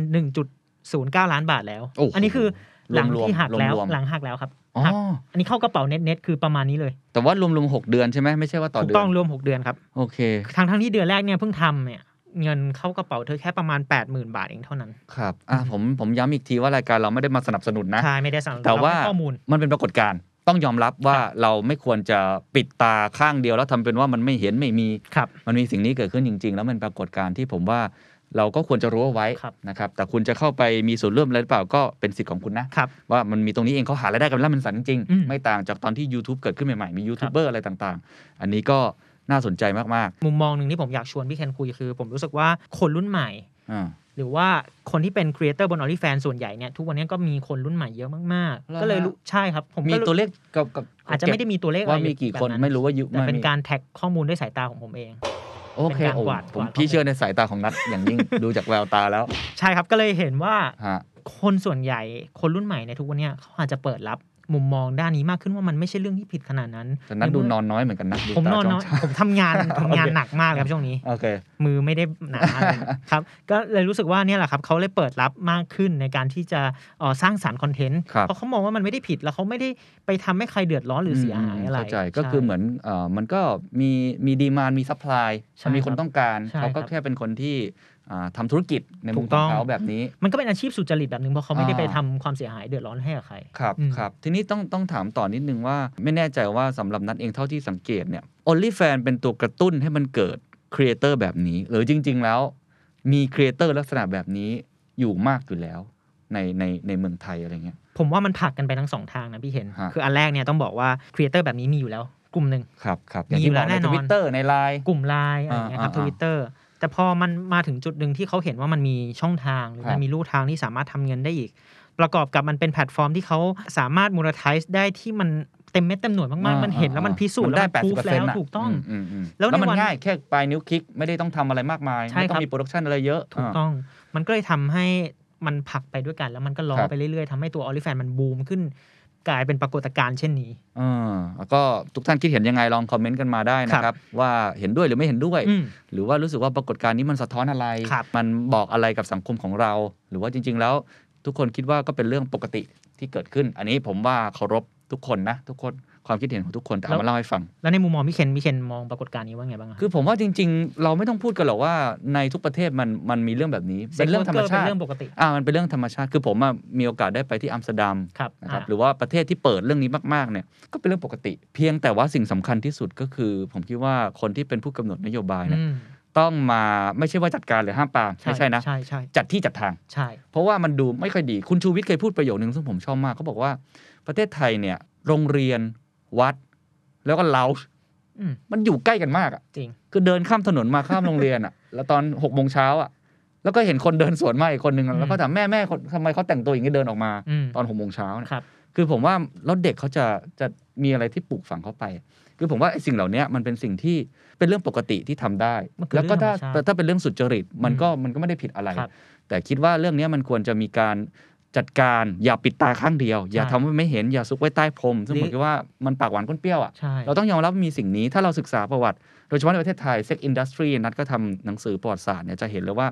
Speaker 1: 1.09 ล้านบาทแล้ว
Speaker 2: โอ้โห
Speaker 1: อันนี้คือหลังที่หักแล้ว
Speaker 2: รวมๆ
Speaker 1: หลังหักแล้วครับ
Speaker 2: อ๋อ
Speaker 1: หักอันนี้เข้ากระเป๋าเน็ตๆคือประมาณนี้เลย
Speaker 2: แต่ว่ารวมๆหกเดือนใช่ไหมไม่ใช่ว่าต่อ
Speaker 1: ถู
Speaker 2: เดื
Speaker 1: ก
Speaker 2: อ
Speaker 1: ต้อง
Speaker 2: น
Speaker 1: รวม 6 เดือนครับ
Speaker 2: โอเค
Speaker 1: ทั้งทั้งๆที่เดือนแรกเนี่ยเพิ่งทำเนี่ยเงินเข้ากระเป๋าเธอแค่ประมาณ 80,000 บาทเองเท่านั้น
Speaker 2: ครับอ่ะผมผมย้ำอีกทีว่ารายการเราไม่ได้มาสนับสนุนนะ
Speaker 1: ใช่ไม่ได้สนับสนุน
Speaker 2: แต่ว่า
Speaker 1: เรให้ข้อมูล
Speaker 2: มันเป็นปรากฏการณ์ต้องยอมรับว่าเราไม่ควรจะปิดตาข้างเดียวแล้วทำเป็นว่ามันไม่เห็นไม่มี
Speaker 1: ครับ
Speaker 2: มันมีสิ่งนี้เกิดขึ้นจริง ๆ แล้วมันปรากฏการณ์ที่ผมว่าเราก็ควรจะรู้เอาไว้
Speaker 1: ครับ
Speaker 2: นะครับแต่คุณจะเข้าไปมีส่วนร่วมอะไรหรือเปล่าก็เป็นสิทธิ์ของคุณนะ
Speaker 1: ครับ
Speaker 2: ว่ามันมีตรงนี้เองเขาหารายได้กันแล้วมันสันจริง
Speaker 1: อืม
Speaker 2: ไม่ต่างจากตอนที่ YouTube เกิดขึ้นใหม่ๆ มียูทูบเบอร์อะไรต่างๆ อันนี้ก็น่าสนใจมาก
Speaker 1: มุมมองหนึ่งที่ผมอยากชวนพี่เคนคุยคือ ผมรู้สึกว่าคนรุ่นใหม่
Speaker 2: ๆอ่า
Speaker 1: หรือว่าคนที่เป็นครีเอเตอร์บนออ y แฟนส่วนใหญ่เนี่ยทุกวันนี้ก็มีคนรุ่นใหม่เยอะมาก
Speaker 2: เหรอฮะ
Speaker 1: ๆ ก็เลยรู้ใช่ครับ ผม
Speaker 2: มี
Speaker 1: ก็รู้
Speaker 2: ตัวเลขกับกับ
Speaker 1: อาจจะไม่ได้มีตัวเลขอะไร
Speaker 2: ว่ามีกี่คน
Speaker 1: แบบ
Speaker 2: ไม่รู้ว่ายุ
Speaker 1: แต่เป็น
Speaker 2: ไม่มี
Speaker 1: การแท็กข้อมูลด้วยสายตาของผมเอง
Speaker 2: โอเค
Speaker 1: เป็นการ
Speaker 2: โอ้
Speaker 1: กวาด
Speaker 2: ผ
Speaker 1: ก
Speaker 2: ม
Speaker 1: วาด
Speaker 2: พี่เชื่อในสายตาของนัทอย่างยิ่ง ดูจากแววตาแล้ว
Speaker 1: ใช่ครับก็เลยเห็นว่า
Speaker 2: ฮะ
Speaker 1: คนส่วนใหญ่คนรุ่นใหม่ในยทุกวันเนี้เขาอาจจะเปิดรับมุมมองด้านนี้มากขึ้นว่ามันไม่ใช่เรื่องที่ผิดขนาดนั้น
Speaker 2: แต่นั้นดูนอนน้อยเหมือนกันนะดู
Speaker 1: ผม
Speaker 2: ตาน
Speaker 1: อน
Speaker 2: จ้ง
Speaker 1: น้อย
Speaker 2: ช้า
Speaker 1: ผมทำงานทำงานหนักมากเลยครับช่วงนี้
Speaker 2: โอเค
Speaker 1: มือไม่ได้หนาอะไร ครับ ก็เลยรู้สึกว่าเนี่ยแหละครับเขาเลยเปิดรับมากขึ้นในการที่จะเอ่อสร้างสารรค์คอนเทนต์
Speaker 2: ครับ
Speaker 1: เพราะเขามองว่ามันไม่ได้ผิดแล้วเขาไม่ได้ไปทำให้ใครเดือดร้อนหรือเสียหายอะไร
Speaker 2: เข้าใจก็
Speaker 1: ใช่
Speaker 2: คือเหมือนเอ่อมันก็มีมีดีมานมีซัพพลาย
Speaker 1: ใช่
Speaker 2: มีคน
Speaker 1: ครับ
Speaker 2: ต้องการ
Speaker 1: ใช่
Speaker 2: เขาก็
Speaker 1: ครับ
Speaker 2: แค่เป็นคนที่อ่าทำาธุรกิจในมุ
Speaker 1: ถู
Speaker 2: ม
Speaker 1: ก
Speaker 2: ข
Speaker 1: ต้
Speaker 2: อ
Speaker 1: อง ง
Speaker 2: เขาแบบนี้
Speaker 1: มันก็เป็นอาชีพสุจริตแบบหนึ่งเพราะเขาไม่ได้
Speaker 2: อ่า
Speaker 1: ไปทำความเสียหายเดือดร้อนให้กับใคร
Speaker 2: ครับ
Speaker 1: อืม
Speaker 2: ครับทีนี้ต้องต้องถามต่อนิดนึงว่าไม่แน่ใจว่าสำหรับนัทเองเท่าที่สังเกตเนี่ย OnlyFan เป็นตัวกระตุ้นให้มันเกิดครีเอเตอร์แบบนี้ หรือจริง ๆ แล้ว มีครีเอเตอร์ลักษณะแบบนี้อยู่มากอยู่แล้วในในในเมืองไทยอะไรเงี้ย
Speaker 1: ผมว่ามันผลักกันไปทั้งสองทางนะพี่เห็น
Speaker 2: ฮะ
Speaker 1: คืออันแรกเนี่ยต้องบอกว่าครีเอเตอร์แบบนี้มีอยู่แล้ว กลุ่มหนึ่ง
Speaker 2: ครับครับอย่าง
Speaker 1: มีอ
Speaker 2: ที่
Speaker 1: ยู่
Speaker 2: บ
Speaker 1: แล้ว
Speaker 2: อก
Speaker 1: แน่น
Speaker 2: ในท
Speaker 1: อน
Speaker 2: วิตเตอร์ในไลน์
Speaker 1: กลุ่มไลน์อะไรอย่างเงี้ยครับท
Speaker 2: อ่าอ่าอ่า
Speaker 1: วิตเตอร์แต่พอมันมาถึงจุดหนึ่งที่เขาเห็นว่ามันมีช่องทาง หรือ
Speaker 2: ครับ
Speaker 1: มันมีลู่ทางที่สามารถทำเงินได้อีก ประกอบกับมันเป็นแพลตฟอร์มที่เขาสามารถมูลทิสได้ที่มันเต็มเม็ดเต็มหน่วยมากๆ มันเห็นแล้วมันพิสูจน์แล้ว
Speaker 2: ได้
Speaker 1: มัน
Speaker 2: แปด
Speaker 1: พู
Speaker 2: สิ
Speaker 1: ฟ
Speaker 2: บเปอร์
Speaker 1: แล้
Speaker 2: เซ็น
Speaker 1: ว
Speaker 2: ต์
Speaker 1: ถูกต้อง แล้
Speaker 2: แล้ว
Speaker 1: วใน
Speaker 2: มัน
Speaker 1: วัน
Speaker 2: ง่ายแค่ปลายนิ้วคลิกไม่ได้ต้องทำอะไรมากมาย
Speaker 1: ใช่
Speaker 2: ไม่ต้อ
Speaker 1: ครั
Speaker 2: ง
Speaker 1: บ
Speaker 2: มีโปรดักชันอะไรเยอะ
Speaker 1: ถูก
Speaker 2: า
Speaker 1: ต้อง มันก็เลยทำให้มันผลักไปด้วยกัน แล้วมันก็ล้อ
Speaker 2: ครับ
Speaker 1: ไปเรื่อยๆทำให้ตัวออลิแฟนมันบูมขึ้น กลายเป็นปรากฏการณ์เช่นนี้
Speaker 2: อ่าแล้วก็ทุกท่านคิดเห็นยังไงลองคอมเมนต์กันมาได้นะ
Speaker 1: ค
Speaker 2: ค
Speaker 1: รั
Speaker 2: รับ
Speaker 1: บ
Speaker 2: ว่าเห็นด้วยหรือไม่เห็นด้วย
Speaker 1: อืม
Speaker 2: หรือว่ารู้สึกว่าปรากฏการณ์นี้มันสะท้อนอะไร
Speaker 1: ครับ
Speaker 2: มันบอกอะไรกับสังคมของเรา หรือว่าจริง ๆ แล้ว ทุกคนคิดว่าก็เป็นเรื่องปกติที่เกิดขึ้น อันนี้ผมว่าเคารพทุกคนนะ ทุกคน ความคิดเห็นของทุกคนแต่
Speaker 1: แล้
Speaker 2: เอา
Speaker 1: ว
Speaker 2: มาเล่าให้ฟัง
Speaker 1: แล้วในมุมมองพี่เคนพี่เคนมองปรากฏการณ์นี้ว่าไงบ้างอะ
Speaker 2: คือผมว่าจริง ๆ เราไม่ต้องพูดกันหรอกว่าในทุกประเทศมันมันมีเรื่องแบบนี้ เป็นเรื่องธรรมชา
Speaker 1: เป็น
Speaker 2: ติ
Speaker 1: เรื่องปกติ
Speaker 2: อ่ามันเป็นเรื่องธรรมชาติคือผมอะมีโอกาสได้ไปที่อัมสเตอร์ดัม
Speaker 1: ครับ
Speaker 2: นะครับ
Speaker 1: อ่า
Speaker 2: หรือว่าประเทศที่เปิดเรื่องนี้มากๆเนี่ยก็เป็นเรื่องปกติ เพียงแต่ว่าสิ่งสำคัญที่สุดก็คือ ผมคิดว่าคนที่เป็นผู้กำหนดนโยบายเนี่ย
Speaker 1: อืม
Speaker 2: ต้องมาไม่ใช่ว่าจัดการหรือห้ามปรามไม่ใช่นะ
Speaker 1: ใช่ใช่
Speaker 2: จัดที่จัดทาง
Speaker 1: ใช่
Speaker 2: เพราะว่ามันดูไม่ค่อยดี คุณชูวิทย์เคยพูดประโยคนึงซึ่งผมชอบมากเขาบอกว่าประเทศไทยเนี่ยโรงเรียนวัด แล้วก็เลาส์
Speaker 1: อืม
Speaker 2: มันอยู่ใกล้กันมากอะ
Speaker 1: จริง
Speaker 2: คือเดินข้ามถนนมาข้ามโรงเรียนอ่ะ แล้วตอนหกโมงเช้าอ่ะแล้วก็เห็นคนเดินสวนมาอีกคนนึงอะแล้วก็ถามแม่แม่คนทำไมเขาแต่งตัวอย่างนี้เดินออกมา
Speaker 1: อืม
Speaker 2: ตอนหกโมงเช้าเนี่ย
Speaker 1: ครับ
Speaker 2: คือผมว่าแล้วเด็กเขาจะจะมีอะไรที่ปลูกฝังเขาไป คือผมว่าไอ้สิ่งเหล่าเนี้ยมันเป็นสิ่งที่เป็นเรื่องปกติที่ทำได้
Speaker 1: มันคือ
Speaker 2: แล้วก็
Speaker 1: เรื่องธรรมชา
Speaker 2: ถ้า
Speaker 1: ติ
Speaker 2: ถ้าเป็นเรื่องสุจริตมันก็มันก็ไม่ได้ผิดอะไร
Speaker 1: ครับ
Speaker 2: แต่คิดว่าเรื่องเนี้ยมันควรจะมีการจัดการอย่าปิดตาข้างเดียว อย่า
Speaker 1: ใช่
Speaker 2: ทำให้ไม่เห็นอย่าซุกไว้ใต้พรมซึ่ง
Speaker 1: หรื
Speaker 2: ผ
Speaker 1: อ
Speaker 2: มคิดว่ามันปากหวานก้นเปรี้ยวอ่ะ
Speaker 1: ใช่
Speaker 2: เราต้องยอมรับว่ามีสิ่งนี้ถ้าเราศึกษาประวัติ โดยเฉพาะในประเทศไทยเซ็กอินดัสทรีนัทก็ทำหนังสือประวัติศาสตร์เนี่ยจะเห็นเลยว่า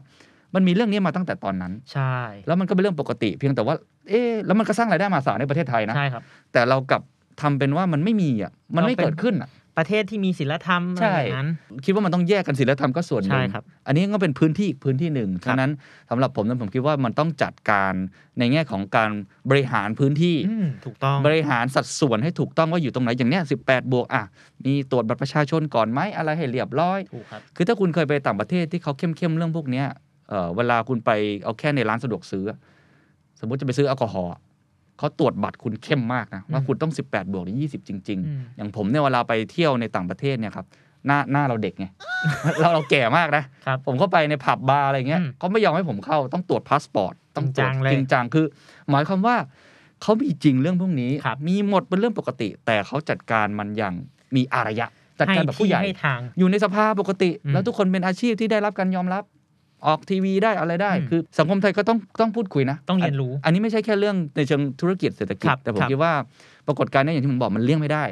Speaker 2: มันมีเรื่องนี้มาตั้งแต่ตอนนั้น
Speaker 1: ใช่
Speaker 2: แล้วมันก็เป็นเรื่องปกติ เพียงแต่ว่า เอ๊ะแล้วมันก็สร้างรายได้มหาศาลในประเทศไทยนะ
Speaker 1: ใช่ครับ
Speaker 2: แต่เรากลับทำเป็นว่ามันไม่มีอ่ะ มันไม่
Speaker 1: เราเป็น
Speaker 2: เกิดขึ้นอ่ะ
Speaker 1: ประเทศที่มีศิลธรรมอะไร
Speaker 2: ใช่
Speaker 1: อย่างนั้น
Speaker 2: คิดว่ามันต้องแยกกันศิลธรรมก็ส่วนหนึ่ง
Speaker 1: ใช่ครับ
Speaker 2: อันนี้ก็เป็นพื้นที่อีกพื้นที่หนึ่งฉะนั้นสำหรับผมนั้นผมคิดว่ามันต้องจัดการในแง่ของการบริหารพื้นที่
Speaker 1: อืมถูกต้อง
Speaker 2: บริหารสัดส่วนให้ถูกต้องว่าอยู่ตรงไหนอย่างเนี้ยสิบวกอ่ะมีตรวจบัตรประชาชนก่อนไหมอะไรให้เรียบร้อย
Speaker 1: ถูกครับ
Speaker 2: คือถ้าคุณเคยไปต่างประเทศที่เขาเข้มเข้มๆเรื่องพวกเนี้ยเอ่อเวลาคุณไปเอาแค่ในร้านสะดวกซื้ออะสมมติจะไปซื้อแอลกอฮอล์อะเขาตรวจบัตรคุณเข้มมากนะ ว่า
Speaker 1: อืม
Speaker 2: คุณต้อง 18 บวกหรือ 20 จริง
Speaker 1: อืม
Speaker 2: ๆ อย่างผมเนี่ยเวลาไปเที่ยวในต่างประเทศเนี่ยครับหน้าหน้าเราเด็กไง เราเราแก่มากนะ
Speaker 1: ครับ
Speaker 2: ผมเข้าไปในผับบาร์อะไรเงี้ย
Speaker 1: อืม
Speaker 2: เขาไม่ยอมให้ผมเข้าต้องตรวจพาสปอร์ตต้องตรวจ
Speaker 1: จริงจังเลย
Speaker 2: จริงจังคือ หมายความว่าเขามีจริงเรื่องพวกนี้
Speaker 1: ครับ
Speaker 2: มีหมดเป็นเรื่องปกติ แต่เขาจัดการมันอย่างมีอารยะ จัดการแบบผู้ใหญ่
Speaker 1: ที่ให้ทาง
Speaker 2: อยู่ในสภาปกติ
Speaker 1: อืม
Speaker 2: แล้วทุกคนเป็นอาชีพที่ได้รับการยอมรับ ออกทีวีได้อะไรได้
Speaker 1: อืม
Speaker 2: คือสังคมไทยก็ต้องต้องพูดคุยนะ
Speaker 1: ต้องเรียนรู้
Speaker 2: อันนี้ไม่ใช่แค่เรื่องในเชิงธุรกิจเศรษฐกิจ
Speaker 1: ครับ
Speaker 2: แต่ผม
Speaker 1: ครับ
Speaker 2: คิดว่าปรากฏการณ์เนี้อย่างที่ผมบอกมันเลี่ยงไม่ได้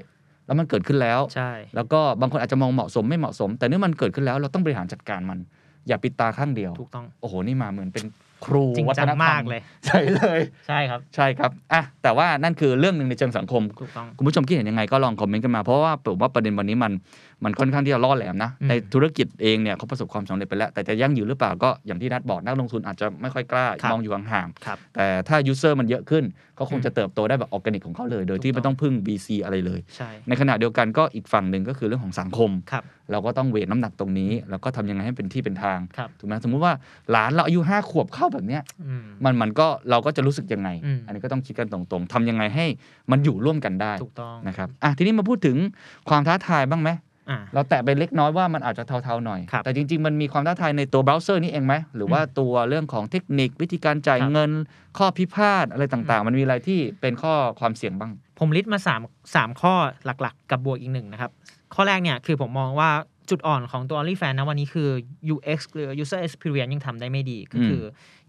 Speaker 2: แล้วมันเกิดขึ้นแล้ว
Speaker 1: ใช่
Speaker 2: แล้วก็บางคนอาจจะมองเหมาะสมไม่เหมาะสม แต่เนื่อมันเกิดขึ้นแล้วเราต้องบริหารจัดการมัน อย่าปิดตาข้างเดียว
Speaker 1: ถูกต้อง
Speaker 2: โอ้โหนี่มาเหมือนเป็นครู
Speaker 1: จริง
Speaker 2: วัฒ
Speaker 1: จัง
Speaker 2: นธรรม
Speaker 1: มากเลย
Speaker 2: ใช่เลย
Speaker 1: ใช่ครับ
Speaker 2: ใช่ครับอ่ะแต่ว่านั่นคือเรื่องหนึ่งในเชิงสังคม
Speaker 1: ถูกต้อง
Speaker 2: คุณผู้ชมคิดเห็นยังไงก็ลองคอมเมนต์กันมา เพราะว่าผมว่าประเด็นวันนี้มันมันค่อนข้างที่จะล่อแหลมนะ
Speaker 1: อืม
Speaker 2: ในธุรกิจเองเนี่ยเขาประสบความสำเร็จไปแล้ว แต่จะยั่งยืนหรือเปล่าก็อย่างที่นัดบอกนักลงทุนอาจจะไม่ค่อยกล้า
Speaker 1: ครับ
Speaker 2: มองอยู่ห่าง
Speaker 1: ครับ
Speaker 2: ๆแต่ถ้ายูเซอร์มันเยอะขึ้นเขาคง
Speaker 1: อืม
Speaker 2: จะเติบโตได้แบบออร์แกนิกของเขาเลย โดยที่
Speaker 1: ถูกต้อง
Speaker 2: ไม่ต้องพึ่ง VC อะไรเลย
Speaker 1: ใช่
Speaker 2: ในขณะเดียวกันก็อีกฝั่งหนึ่งก็คือเรื่องของสังคม
Speaker 1: ครับ
Speaker 2: เราก็ต้องเวทน้ำหนักตรงนี้ แล้วก็ทำยังไงให้เป็นที่เป็นทาง
Speaker 1: ครับ
Speaker 2: ถูกไหมสมมุติว่าหลานเราอายุห้าขวบเข้าแบบเนี้ย
Speaker 1: อืม
Speaker 2: มันมันก็เราก็จะรู้สึกยังไง
Speaker 1: อืม
Speaker 2: อันนี้ก็ต้องคิดกันตรงๆทำยังไงให้มันอยู่ร่วมกันได้
Speaker 1: ถูกต้อง
Speaker 2: นะครับ อ่ะ ทีนี้มาพูดถึงความท้าทายบ้างไหม
Speaker 1: อ่า
Speaker 2: เราแตะไปเล็กน้อยว่ามันอาจจะเทาๆหน่อย
Speaker 1: ครับ
Speaker 2: แต่จริง ๆ มันมีความท้าทายในตัวเบราว์เซอร์นี่เองไหม หรือว่าตัวเรื่องของเทคนิควิธีการจ่าย
Speaker 1: ครับ
Speaker 2: เงิน ข้อพิพาทอะไรต่างๆ มันมีอะไรที่เป็นข้อความเสี่ยงบ้าง
Speaker 1: ผมลิสต์มา3ามสามข้อหลักๆ กับบวกอีกหนึ่งนะครับ ข้อแรกเนี่ยคือผมมองว่าจุดอ่อนของตัว OnlyFans นะวันนี้คือ UX หรือ User Experience ยังทำได้ไม่ดี ก็คือ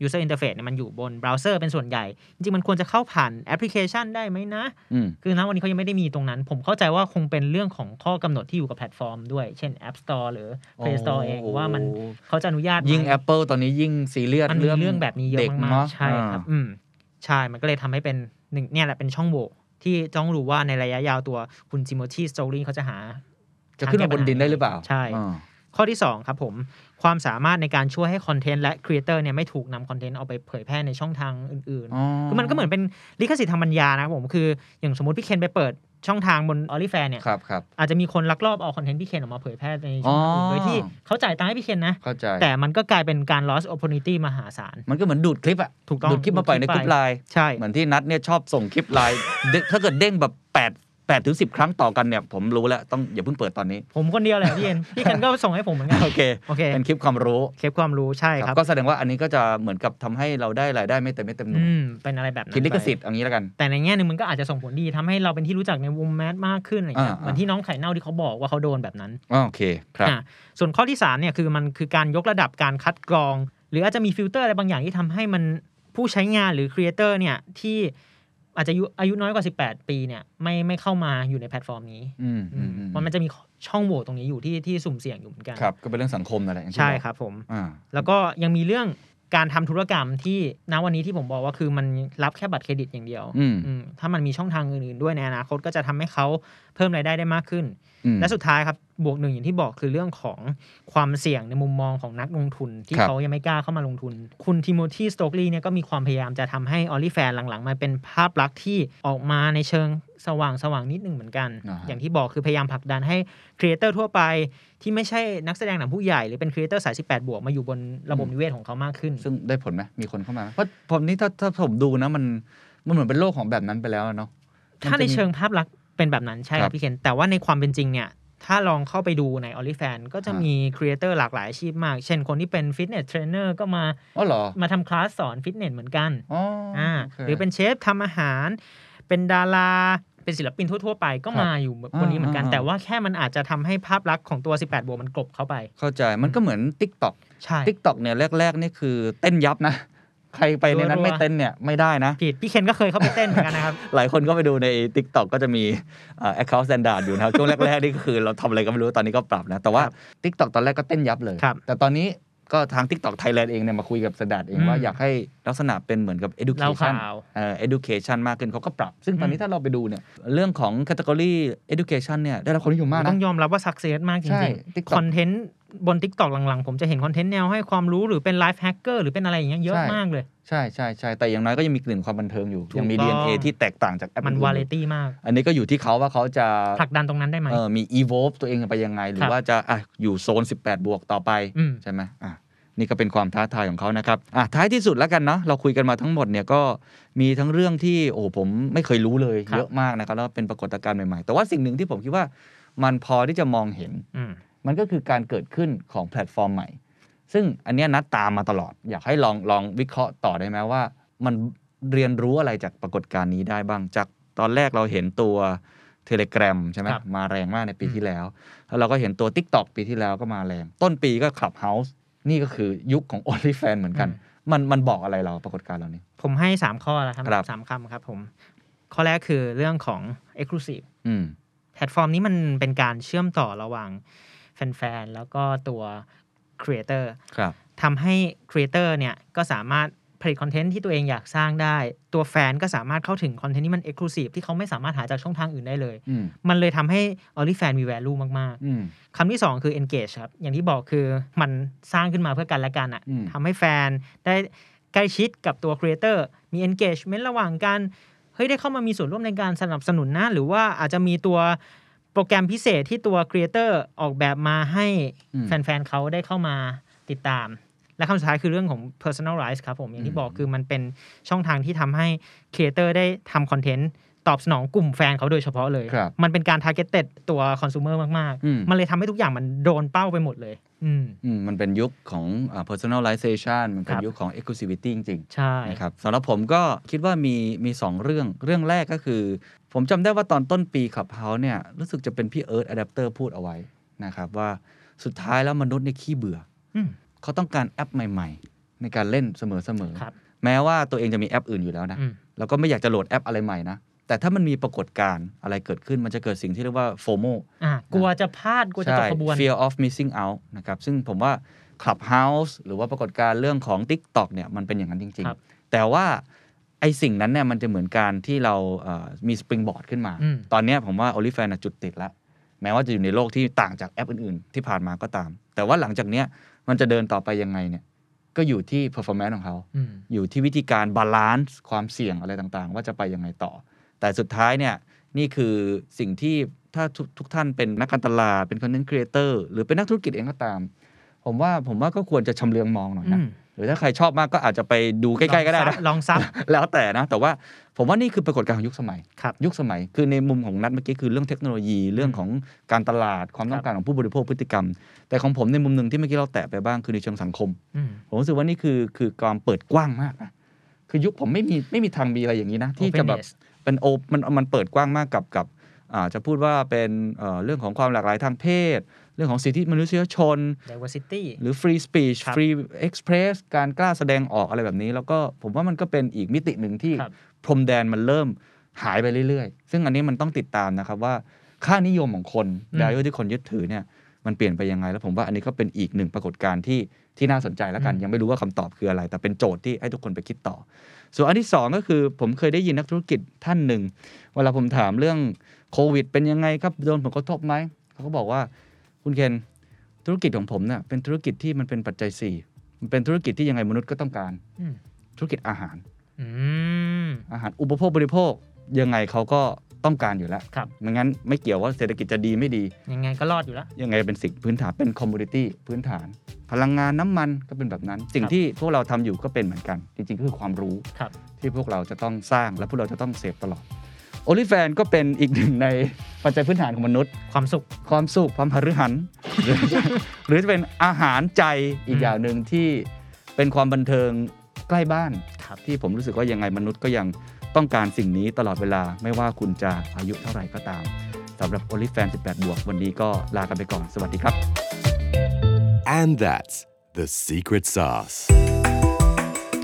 Speaker 1: User Interface เนี่ยมันอยู่บนเบราว์เซอร์เป็นส่วนใหญ่ จริงๆ มันควรจะเข้าผ่านแอปพลิเคชันได้ไหมนะ
Speaker 2: อืม
Speaker 1: คือนะวันนี้เขายังไม่ได้มีตรงนั้น ผมเข้าใจว่าคงเป็นเรื่องของข้อกำหนดที่อยู่กับแพลตฟอร์มด้วย เช่น App Store หรือ Play Store เอง
Speaker 2: โอ้
Speaker 1: ว่ามันเขาจะอนุญาตไหม
Speaker 2: ยิ่ง Apple ตอนนี้ยิ่งซีเรียส
Speaker 1: มันมี
Speaker 2: เรื่อง
Speaker 1: เรื่องแบบนี้เย
Speaker 2: ด็
Speaker 1: อะมาก
Speaker 2: เน
Speaker 1: ๆใช่ครับ
Speaker 2: อ่า
Speaker 1: อืมใช่ มันก็เลยทำให้เป็นหนึ่งเนี่ยแหละเป็นช่องโหว่ที่ต้องรู้ว่าในระยะยาวตัวคุณจิโมธีสโตรี่เขาจะหา
Speaker 2: จะขึ้นมาบนดินได้หรือเปล่า
Speaker 1: ใช่
Speaker 2: อ่า
Speaker 1: ข้อที่ 2 ครับผม ความสามารถในการช่วยให้คอนเทนต์และครีเอเตอร์เนี่ยไม่ถูกนำคอนเทนต์เอาไปเผยแพร่ในช่องทางอื่น
Speaker 2: อ๋อ
Speaker 1: ๆ คือมันก็เหมือนเป็นลิขสิทธิ์ทางปัญญานะครับผมคืออย่างสมมติพี่เคนไปเปิดช่องทางบนออลิแฟนเนี่ย
Speaker 2: ครับครับ
Speaker 1: อาจจะมีคนลักลอบเอาคอนเทนต์พี่เคนออกมาเผยแพร่ในช่องทางอื่นโดยที่
Speaker 2: อ๋อ
Speaker 1: เขาจ่ายตังค์ให้พี่เคนนะ
Speaker 2: เข้าใจ
Speaker 1: แต่มันก็กลายเป็นการ loss opportunity มหาศาล
Speaker 2: มันก็เหมือนดูดคลิปอะ
Speaker 1: ถูกต้อง
Speaker 2: ดูดคลิปมาปล่อยใน
Speaker 1: ดูด
Speaker 2: ก
Speaker 1: คลิป
Speaker 2: ลุ่ม
Speaker 1: ไป
Speaker 2: ไลน์
Speaker 1: ใช่
Speaker 2: เหมือนที่นัดเนี่ยชอบส่งคลิปไลน์ เด้งถ้าเกิดเด้งแบบ8ปดแปดถึงสิครั้งต่อกันเนี่ย ผมรู้แล้ว ต้องอย่าเพิ่งเปิดตอนนี้
Speaker 1: ผมคนเดียวแหละ พี่เอ็น พี่กันก็ส่งให้ผมเหมือนกัน
Speaker 2: โอเค
Speaker 1: โอเค
Speaker 2: เป็นคลิปความรู้
Speaker 1: เคล็บความรู้ใช่
Speaker 2: ค
Speaker 1: ค
Speaker 2: รั
Speaker 1: รั
Speaker 2: บบ ก็แสดงว่าอันนี้ก็จะเหมือนกับทำให้เราได้รายได้ไม่เต็มไม่เต็มหน่ว
Speaker 1: อื
Speaker 2: ย
Speaker 1: ม เป็นอะไรแบบนั้น
Speaker 2: คิดลิข
Speaker 1: ไป
Speaker 2: สิทธิ์เอย่างนี้แล้วกัน
Speaker 1: แต่ในแง่หนึ่งมันก็อาจจะส่งผลดีทำให้เราเป็นที่รู้จักในวงแมสมากขึ้นอะไรอย่างเงี้ย
Speaker 2: อ่า
Speaker 1: เหมือนที่น้องไข่เน่าที่เขาบอกว่าเขาโดนแบบนั้น
Speaker 2: อ๋อโอเคครับ
Speaker 1: อ่ะส่วนข้อที่3เนี่ยคือมันคือการยกระดับการคัดกรอง หรืออาจจะมีฟิลเตอร์อะไรบางอย่างที่ทำให้มันผู้ใช้งานหรือครีเอเตอร์เนี่ยที่อาจจะอายุอายุน้อยกว่า 18 ปีเนี่ยไม่ไม่เข้ามาอยู่ในแพลตฟอร์มนี้
Speaker 2: อืม
Speaker 1: อื
Speaker 2: อื
Speaker 1: ม
Speaker 2: มอืม
Speaker 1: มันจะมีช่องโหว่ตรงนี้อยู่ที่ที่สุ่มเสี่ยงอยู่เหมือนกัน
Speaker 2: ครับ ก็เป็นเรื่องสังคมนั่นแหละอย่างที่
Speaker 1: ใช่
Speaker 2: อก
Speaker 1: ครับผม
Speaker 2: อ่า
Speaker 1: แล้วก็ยังมีเรื่อง การทำธุรกรรมที่ณวันนี้ที่ผมบอกว่าคือมันรับแค่บัตรเครดิตอย่างเดียว
Speaker 2: อืม
Speaker 1: อืมถ้ามันมีช่องทางอื่นๆด้วยในอนาคตก็จะทำให้เขาเพิ่มรายได้ได้มากขึ้น
Speaker 2: อืม
Speaker 1: และสุดท้ายครับบวกหนึ่งอย่างที่บอกคือเรื่องของความเสี่ยงในมุมมองของนักลงทุน ที่
Speaker 2: ครับ
Speaker 1: เขายังไม่กล้าเข้ามาลงทุน คุณทิโมธีสโตกลีเนี่ยก็มีความพยายามจะทำให้ออลลี่แฟนหลังๆ มาเป็นภาพลักษณ์ที่ออกมาในเชิงสว่างสว่างๆนิดหนึงเหมือนกัน
Speaker 2: อ่าฮะ
Speaker 1: อย่างที่บอกคือพยายามผลักดันให้ครีเอเตอร์ทั่วไป ที่ไม่ใช่นักแสดงหนังผู้ใหญ่หรือเป็นครีเอเตอร์สาย 18 บวกมาอยู่บนระบบนิเวศของเขามากขึ้น
Speaker 2: ซึ่งได้ผลไหมมีคนเข้ามาไหมเพราะผมนี่ถ้าถ้าผมดูนะมันมันเหมือนเป็นโลกของแบบนั้นไปแล้วอะเนาะ
Speaker 1: ถ้าในเชิง
Speaker 2: มัจะมี
Speaker 1: ภาพลักษณ์เป็นแบบนั้นใช่ค
Speaker 2: ครั
Speaker 1: รับบ พี่เคนแต่ว่าในความเป็นจริงเนี่ย ถ้าลองเข้าไปดูใน o n l y f a n ก็จะ
Speaker 2: อ่า
Speaker 1: มี
Speaker 2: มี
Speaker 1: ครีเอเตอร์หลากหลายอาชีพมาก เช่นคนที่เป็นฟิตเนสเทรนเนอร์ก็มา
Speaker 2: อ๋อเหรอ
Speaker 1: มาทำคลาสสอนฟิตเนสเหมือนกัน
Speaker 2: อ๋อ
Speaker 1: ่
Speaker 2: อ่า
Speaker 1: าหรือเป็นเชฟทำอาหาร เป็นดารา เป็นศิลปินทั่ว ๆ ไปก็มาอยู่บนนี้เหมือนกัน แต่ว่าแค่มันอาจจะทำให้ภาพลักษณ์ของตัว 18 บวกมันกลบเข้าไป
Speaker 2: เข้าใจมันก็เหมือน t ิ k t o k
Speaker 1: ใช่
Speaker 2: t ิ k t o k เนี่ยแรก ๆ นี่คือเต้นยับนะ ใครไปในนั้นไม่เต้นเนี่ยไม่ได้นะ
Speaker 1: ผิดพี่เคนก็เคยเข้าไปเต้นเหมือนกันนะครับ
Speaker 2: หลายคนก็ไปดูใน t ิ k t o k ก็จะมีแอคเคาท์สแตนดาร์ดอยู่นะครับ ช่วง แรก ๆ นี่ก็คือเราทำอะไรก็ไม่รู้ตอนนี้ก็ปรับนะ แต่ว่า t ิ k t o k ตอนแรกก็เต้นยับเลย
Speaker 1: ครับ
Speaker 2: แต่ตอนนี้ก็ทาง t ิ k t o k Thailand เองเนี่ยมาคุยกับสแตนดาร์ดเองว่าอยากให้ลักษณะเป็นเหมือนกับ
Speaker 1: เล่า
Speaker 2: education
Speaker 1: ข่าว
Speaker 2: เอ่อ education มากขึ้นเขาก็ปรับ ซึ่งตอนนี้
Speaker 1: อืม
Speaker 2: ถ้าเราไปดูเนี่ยเรื่องของ category education เนี่ยได้รับความนิยมมาก
Speaker 1: ต้
Speaker 2: นะ
Speaker 1: องยอมรับว่าสักเซสมากจ
Speaker 2: ใช่
Speaker 1: ริง
Speaker 2: TikTok
Speaker 1: ๆ คอนเทนต์บน t ิ k t o k หลัง ๆ ผมจะเห็นคอนเทนต์แนวให้ความรู้หรือเป็นไลฟ์แฮกเกอร์หรือเป็นอะไรอย่างเงี้ยเยอะ
Speaker 2: ใช่
Speaker 1: มากเลย
Speaker 2: ใช่ใช่ใช่แต่อย่างน้อยก็ยังมีกลิ่นความบันเทิงอยู่ ยังมี
Speaker 1: ถูกต้อง
Speaker 2: DNA ที่แตกต่างจากแอป
Speaker 1: มัน
Speaker 2: อื่ๆ
Speaker 1: วาเลตี้มาก
Speaker 2: อันนี้ก็อยู่ที่เขาว่าเขาจะ
Speaker 1: ผลักดันตรงนั้นได้ไหม
Speaker 2: เอ่อมี evolve ตัวเองไปยังไง หรื
Speaker 1: ครั
Speaker 2: อบ ว่าจะอ่ะอยู่โซน 18 บวกต่อไป
Speaker 1: อืม
Speaker 2: ใช่ไหมอ่ะนี่ก็เป็นความท้าทายของเขานะครับอ่ะท้ายที่สุดแล้วกันเนาะ เราคุยกันมาทั้งหมดเนี่ยก็มีทั้งเรื่องที่โอ้โหผมไม่เคยรู้เลย
Speaker 1: ครับ
Speaker 2: เยอะมากนะครับแล้วเป็นปรากฏการณ์ใหม่ๆ แต่ว่าสิ่งหนึ่งที่ผมคิดว่ามันพอที่จะมองเห็น
Speaker 1: อืม
Speaker 2: มันก็คือการเกิดขึ้นของแพลตฟอร์มใหม่ ซึ่งอันเนี้ยนัดตามมาตลอด อยากให้ลองลองวิเคราะห์ต่อได้ไหมว่า มันเรียนรู้อะไรจากปรากฏการณ์นี้ได้บ้าง จากตอนแรกเราเห็นตัวเทเลกรมใช่ไหม
Speaker 1: ครับ
Speaker 2: มาแรงมากในปี
Speaker 1: อืม
Speaker 2: ที่แล้ว แล้วเราก็เห็นตัว Tik t o อกปีที่แล้วก็มาแรง ต้นปีก็ Clubhouse นี่ก็คือยุคของ OnlyFans เหมือนกัน มันมันบอกอะไรเราปรากฏการณ์เหล่านี้
Speaker 1: ผมให้ 3 ข้อแล้วครับ
Speaker 2: ครับ
Speaker 1: สามคำครับผม ข้อแรกคือเรื่องของ Exclusive
Speaker 2: อืม
Speaker 1: แพลตฟอร์มนี้มันเป็นการเชื่อมต่อระหว่างแฟนๆ แล้วก็ตัวครีเอเตอร์
Speaker 2: ครับ
Speaker 1: ทำให้ครีเอเตอร์เนี่ยก็สามารถผลิตคอนเทนต์ที่ตัวเองอยากสร้างได้ ตัวแฟนก็สามารถเข้าถึงคอนเทนต์ที่มันเอกลูซีฟที่เขาไม่สามารถหาจากช่องทางอื่นได้เลย
Speaker 2: อืม
Speaker 1: มันเลยทำให้ o n l y f a n มี value มาก
Speaker 2: อืม
Speaker 1: ๆคำที่ 2 คือ engage ครับ อย่างที่บอกคือมันสร้างขึ้นมาเพื่อกันและกันอะ
Speaker 2: อืม
Speaker 1: ทำให้แฟนได้ใกล้ชิดกับตัวครีเอเตอร์มี engagement ระหว่างกัน เฮ้ย ได้เข้ามามีส่วนร่วมในการสนับสนุนนะ หรือว่าอาจจะมีตัวโปรแกรมพิเศษที่ตัวครีเอเตอร์ออกแบบมาให้
Speaker 2: อืม
Speaker 1: แฟน ๆเขาได้เข้ามาติดตาม และคำสุดท้ายคือเรื่องของ personalize ครับผม อย่าง
Speaker 2: อื
Speaker 1: ที่
Speaker 2: ม
Speaker 1: บอกคือมันเป็นช่องทางที่ทำให้ครีเอเตอร์ได้ทำคอนเทนต์ตอบสนองกลุ่มแฟนเขาโดยเฉพาะเลย
Speaker 2: ครับ
Speaker 1: มันเป็นการ targeted ตัว consumer มาก
Speaker 2: อืม
Speaker 1: ๆ มันเลยทำให้ทุกอย่างมันโดนเป้าไปหมดเลย อืม
Speaker 2: อืมมันเป็นยุคของอ่า personalization มันเป็
Speaker 1: คน รับ
Speaker 2: ยุคของ exclusivity จริงๆ
Speaker 1: ใช่
Speaker 2: นะครับสำหรับผมก็คิดว่ามีมีสองเรื่องเรื่องแรกก็คือ ผมจำได้ว่าตอนต้นปีขับเฮาเนี่ยรู้สึกจะเป็นพี่เอิร์ธอะแดปเตอร์พูดเอาไว้นะครับว่าสุดท้ายแล้วมนุษย์ในยขี้เบื่อ
Speaker 1: อืม
Speaker 2: เขาต้องการแอปใหม่ๆ ในการเล่นเสมอ
Speaker 1: ครับ
Speaker 2: ๆแม้ว่าตัวเองจะมีแอปอื่นอยู่แล้วนะ
Speaker 1: อืม
Speaker 2: แล้วก็ไม่อยากจะโหลดแอปอะไรใหม่นะแต่ถ้ามันมีปรากฏการณ์อะไรเกิดขึ้นมันจะเกิดสิ่งที่เรียกว่าโฟโม
Speaker 1: อ่ะกลัวจะพลาดกลัวจะตก
Speaker 2: ใช่
Speaker 1: ขบวน
Speaker 2: fear of missing out นะครับ ซึ่งผมว่า Clubhouse หรือว่าปรากฏการณ์เรื่องของ TikTok เนี่ยมันเป็นอย่างนั้นจริง
Speaker 1: ครับ
Speaker 2: ๆ แต่ว่าไอสิ่งนั้นเนี่ยมันจะเหมือนการที่เราเอ่อมีสปริงบอร์ดขึ้นมา
Speaker 1: อืม
Speaker 2: ตอนเนี้ยผมว่า o n l y f a n จุดติดละแม้ว่าจะอยู่ในโลกที่ต่างจากแอปอื่น ๆ ที่ผ่านมาก็ตาม แต่ว่าหลังจากเนี้ยมันจะเดินต่อไปยังไงเนี่ยก็อยู่ที่ performance ของเขา
Speaker 1: อืม
Speaker 2: อยู่ที่วิธีการบาลานซ์ความเสี่ยงอะไรต่างๆ ว่าจะไปยังไงต่อ แต่สุดท้ายเนี่ยนี่คือสิ่งที่ถ้าทุกทุกท่านเป็นนักการตลาดเป็นคอนเทนต์ครีเอเตอร์หรือเป็นนักธุรกิจเองก็ตาม ผมว่าผมว่าก็ควรจะชำเลืองมองหน่อยนะ
Speaker 1: อืม
Speaker 2: หรือถ้าใครชอบมากก็อาจจะไปดูใกล้ๆก็ได้นะ
Speaker 1: ลองซับ
Speaker 2: แล้วแต่นะ แต่ว่าผมว่านี่คือปรากฏการณ์ของยุคสมัย
Speaker 1: ครับ
Speaker 2: ยุคสมัยคือในมุมของนัดเมื่อกี้คือเรื่องเทคโนโลยีเรื่องของการตลาดความต้องการของผู้บริโภคพฤติกรรม แต่ของผมในมุมหนึ่งที่เมื่อกี้เราแตะไปบ้างคือในเชิงสังคม
Speaker 1: อืม
Speaker 2: ผมรู้สึกว่านี่คือคือความเปิดกว้างมากนะคือยุคผมไม่มีไม่มีทางมีอะไรอย่างนี้นะ ที่จะแบบ
Speaker 1: Openness
Speaker 2: เป็นโอมันมันเปิดกว้างมากกับกับอ่าจะพูดว่าเป็นเอ่อเรื่องของความหลากหลายทางเพศ เรื่องของสิทธิมนุษยชน
Speaker 1: diversity
Speaker 2: หรือ free speech
Speaker 1: ครับ
Speaker 2: free express การกล้าแสดงออกอะไรแบบนี้ แล้วก็ผมว่ามันก็เป็นอีกมิติหนึ่งที่
Speaker 1: ครับ
Speaker 2: พรมแดนมันเริ่มหายไปเรื่อยๆ ซึ่งอันนี้มันต้องติดตามนะครับว่าค่านิยมของคน value ที่คนยึดถือเนี่ย มันเปลี่ยนไปยังไง แล้วผมว่าอันนี้ก็เป็นอีกหนึ่งปรากฏการณ์ที่ที่น่าสนใจแล้วกัน
Speaker 1: อืม
Speaker 2: ยังไม่รู้ว่าคำตอบคืออะไร แต่เป็นโจทย์ที่ให้ทุกคนไปคิดต่อ ส่วนอันที่สองก็คือผมเคยได้ยินนักธุรกิจท่านหนึ่ง เวลาผมถามเรื่องโควิด เป็นยังไงครับโดนผลกระทบไหมเขาก็บอกว่าคุณเคนธุรกิจของผมเนี่ยเป็นธุรกิจที่มันเป็นปัจจัยสี่มันเป็นธุรกิจที่ยังไงมนุษย์ก็ต้องการ
Speaker 1: อืม
Speaker 2: ธุรกิจอาหาร
Speaker 1: อืม
Speaker 2: อาหารอุปโภคบริโภคยังไงเขาก็ต้องการอยู่แล้ว
Speaker 1: ครับ
Speaker 2: ไม่งั้นไม่เกี่ยวว่าเศรษฐกิจจะดีไม่ดี
Speaker 1: ยังไงก็รอดอยู่แล้ว
Speaker 2: ยังไงเป็นสิ่งพื้นฐานเป็นคอมมูนิตี้พื้นฐาน พลังงานน้ำมันก็เป็นแบบนั้น สิ่ง
Speaker 1: ครับ
Speaker 2: ที่พวกเราทำอยู่ก็เป็นเหมือนกัน จริงๆก็คือความรู้
Speaker 1: ครับ
Speaker 2: ที่พวกเราจะต้องสร้างและพวกเราจะต้องเสพตลอดโอลิแฟนก็เป็นอีกหนึ่งในปัจจัยพื้นฐานของมนุษย์
Speaker 1: ความสุข
Speaker 2: ความสุขความหฤหัน หรือ หรือจะเป็นอาหารใจอีก
Speaker 1: อืม
Speaker 2: อย่างหนึ่งที่เป็นความบันเทิงใกล้บ้าน
Speaker 1: ครับ
Speaker 2: ที่ผมรู้สึกว่ายังไงมนุษย์ก็ยังต้องการสิ่งนี้ตลอดเวลาไม่ว่าคุณจะอายุเท่าไหร่ก็ตามสำหรับ o l i f a n 18 บวก วันนี้ก็ลากันไปก่อน สวัสดีครับ
Speaker 3: And that's the secret sauce.
Speaker 5: ถ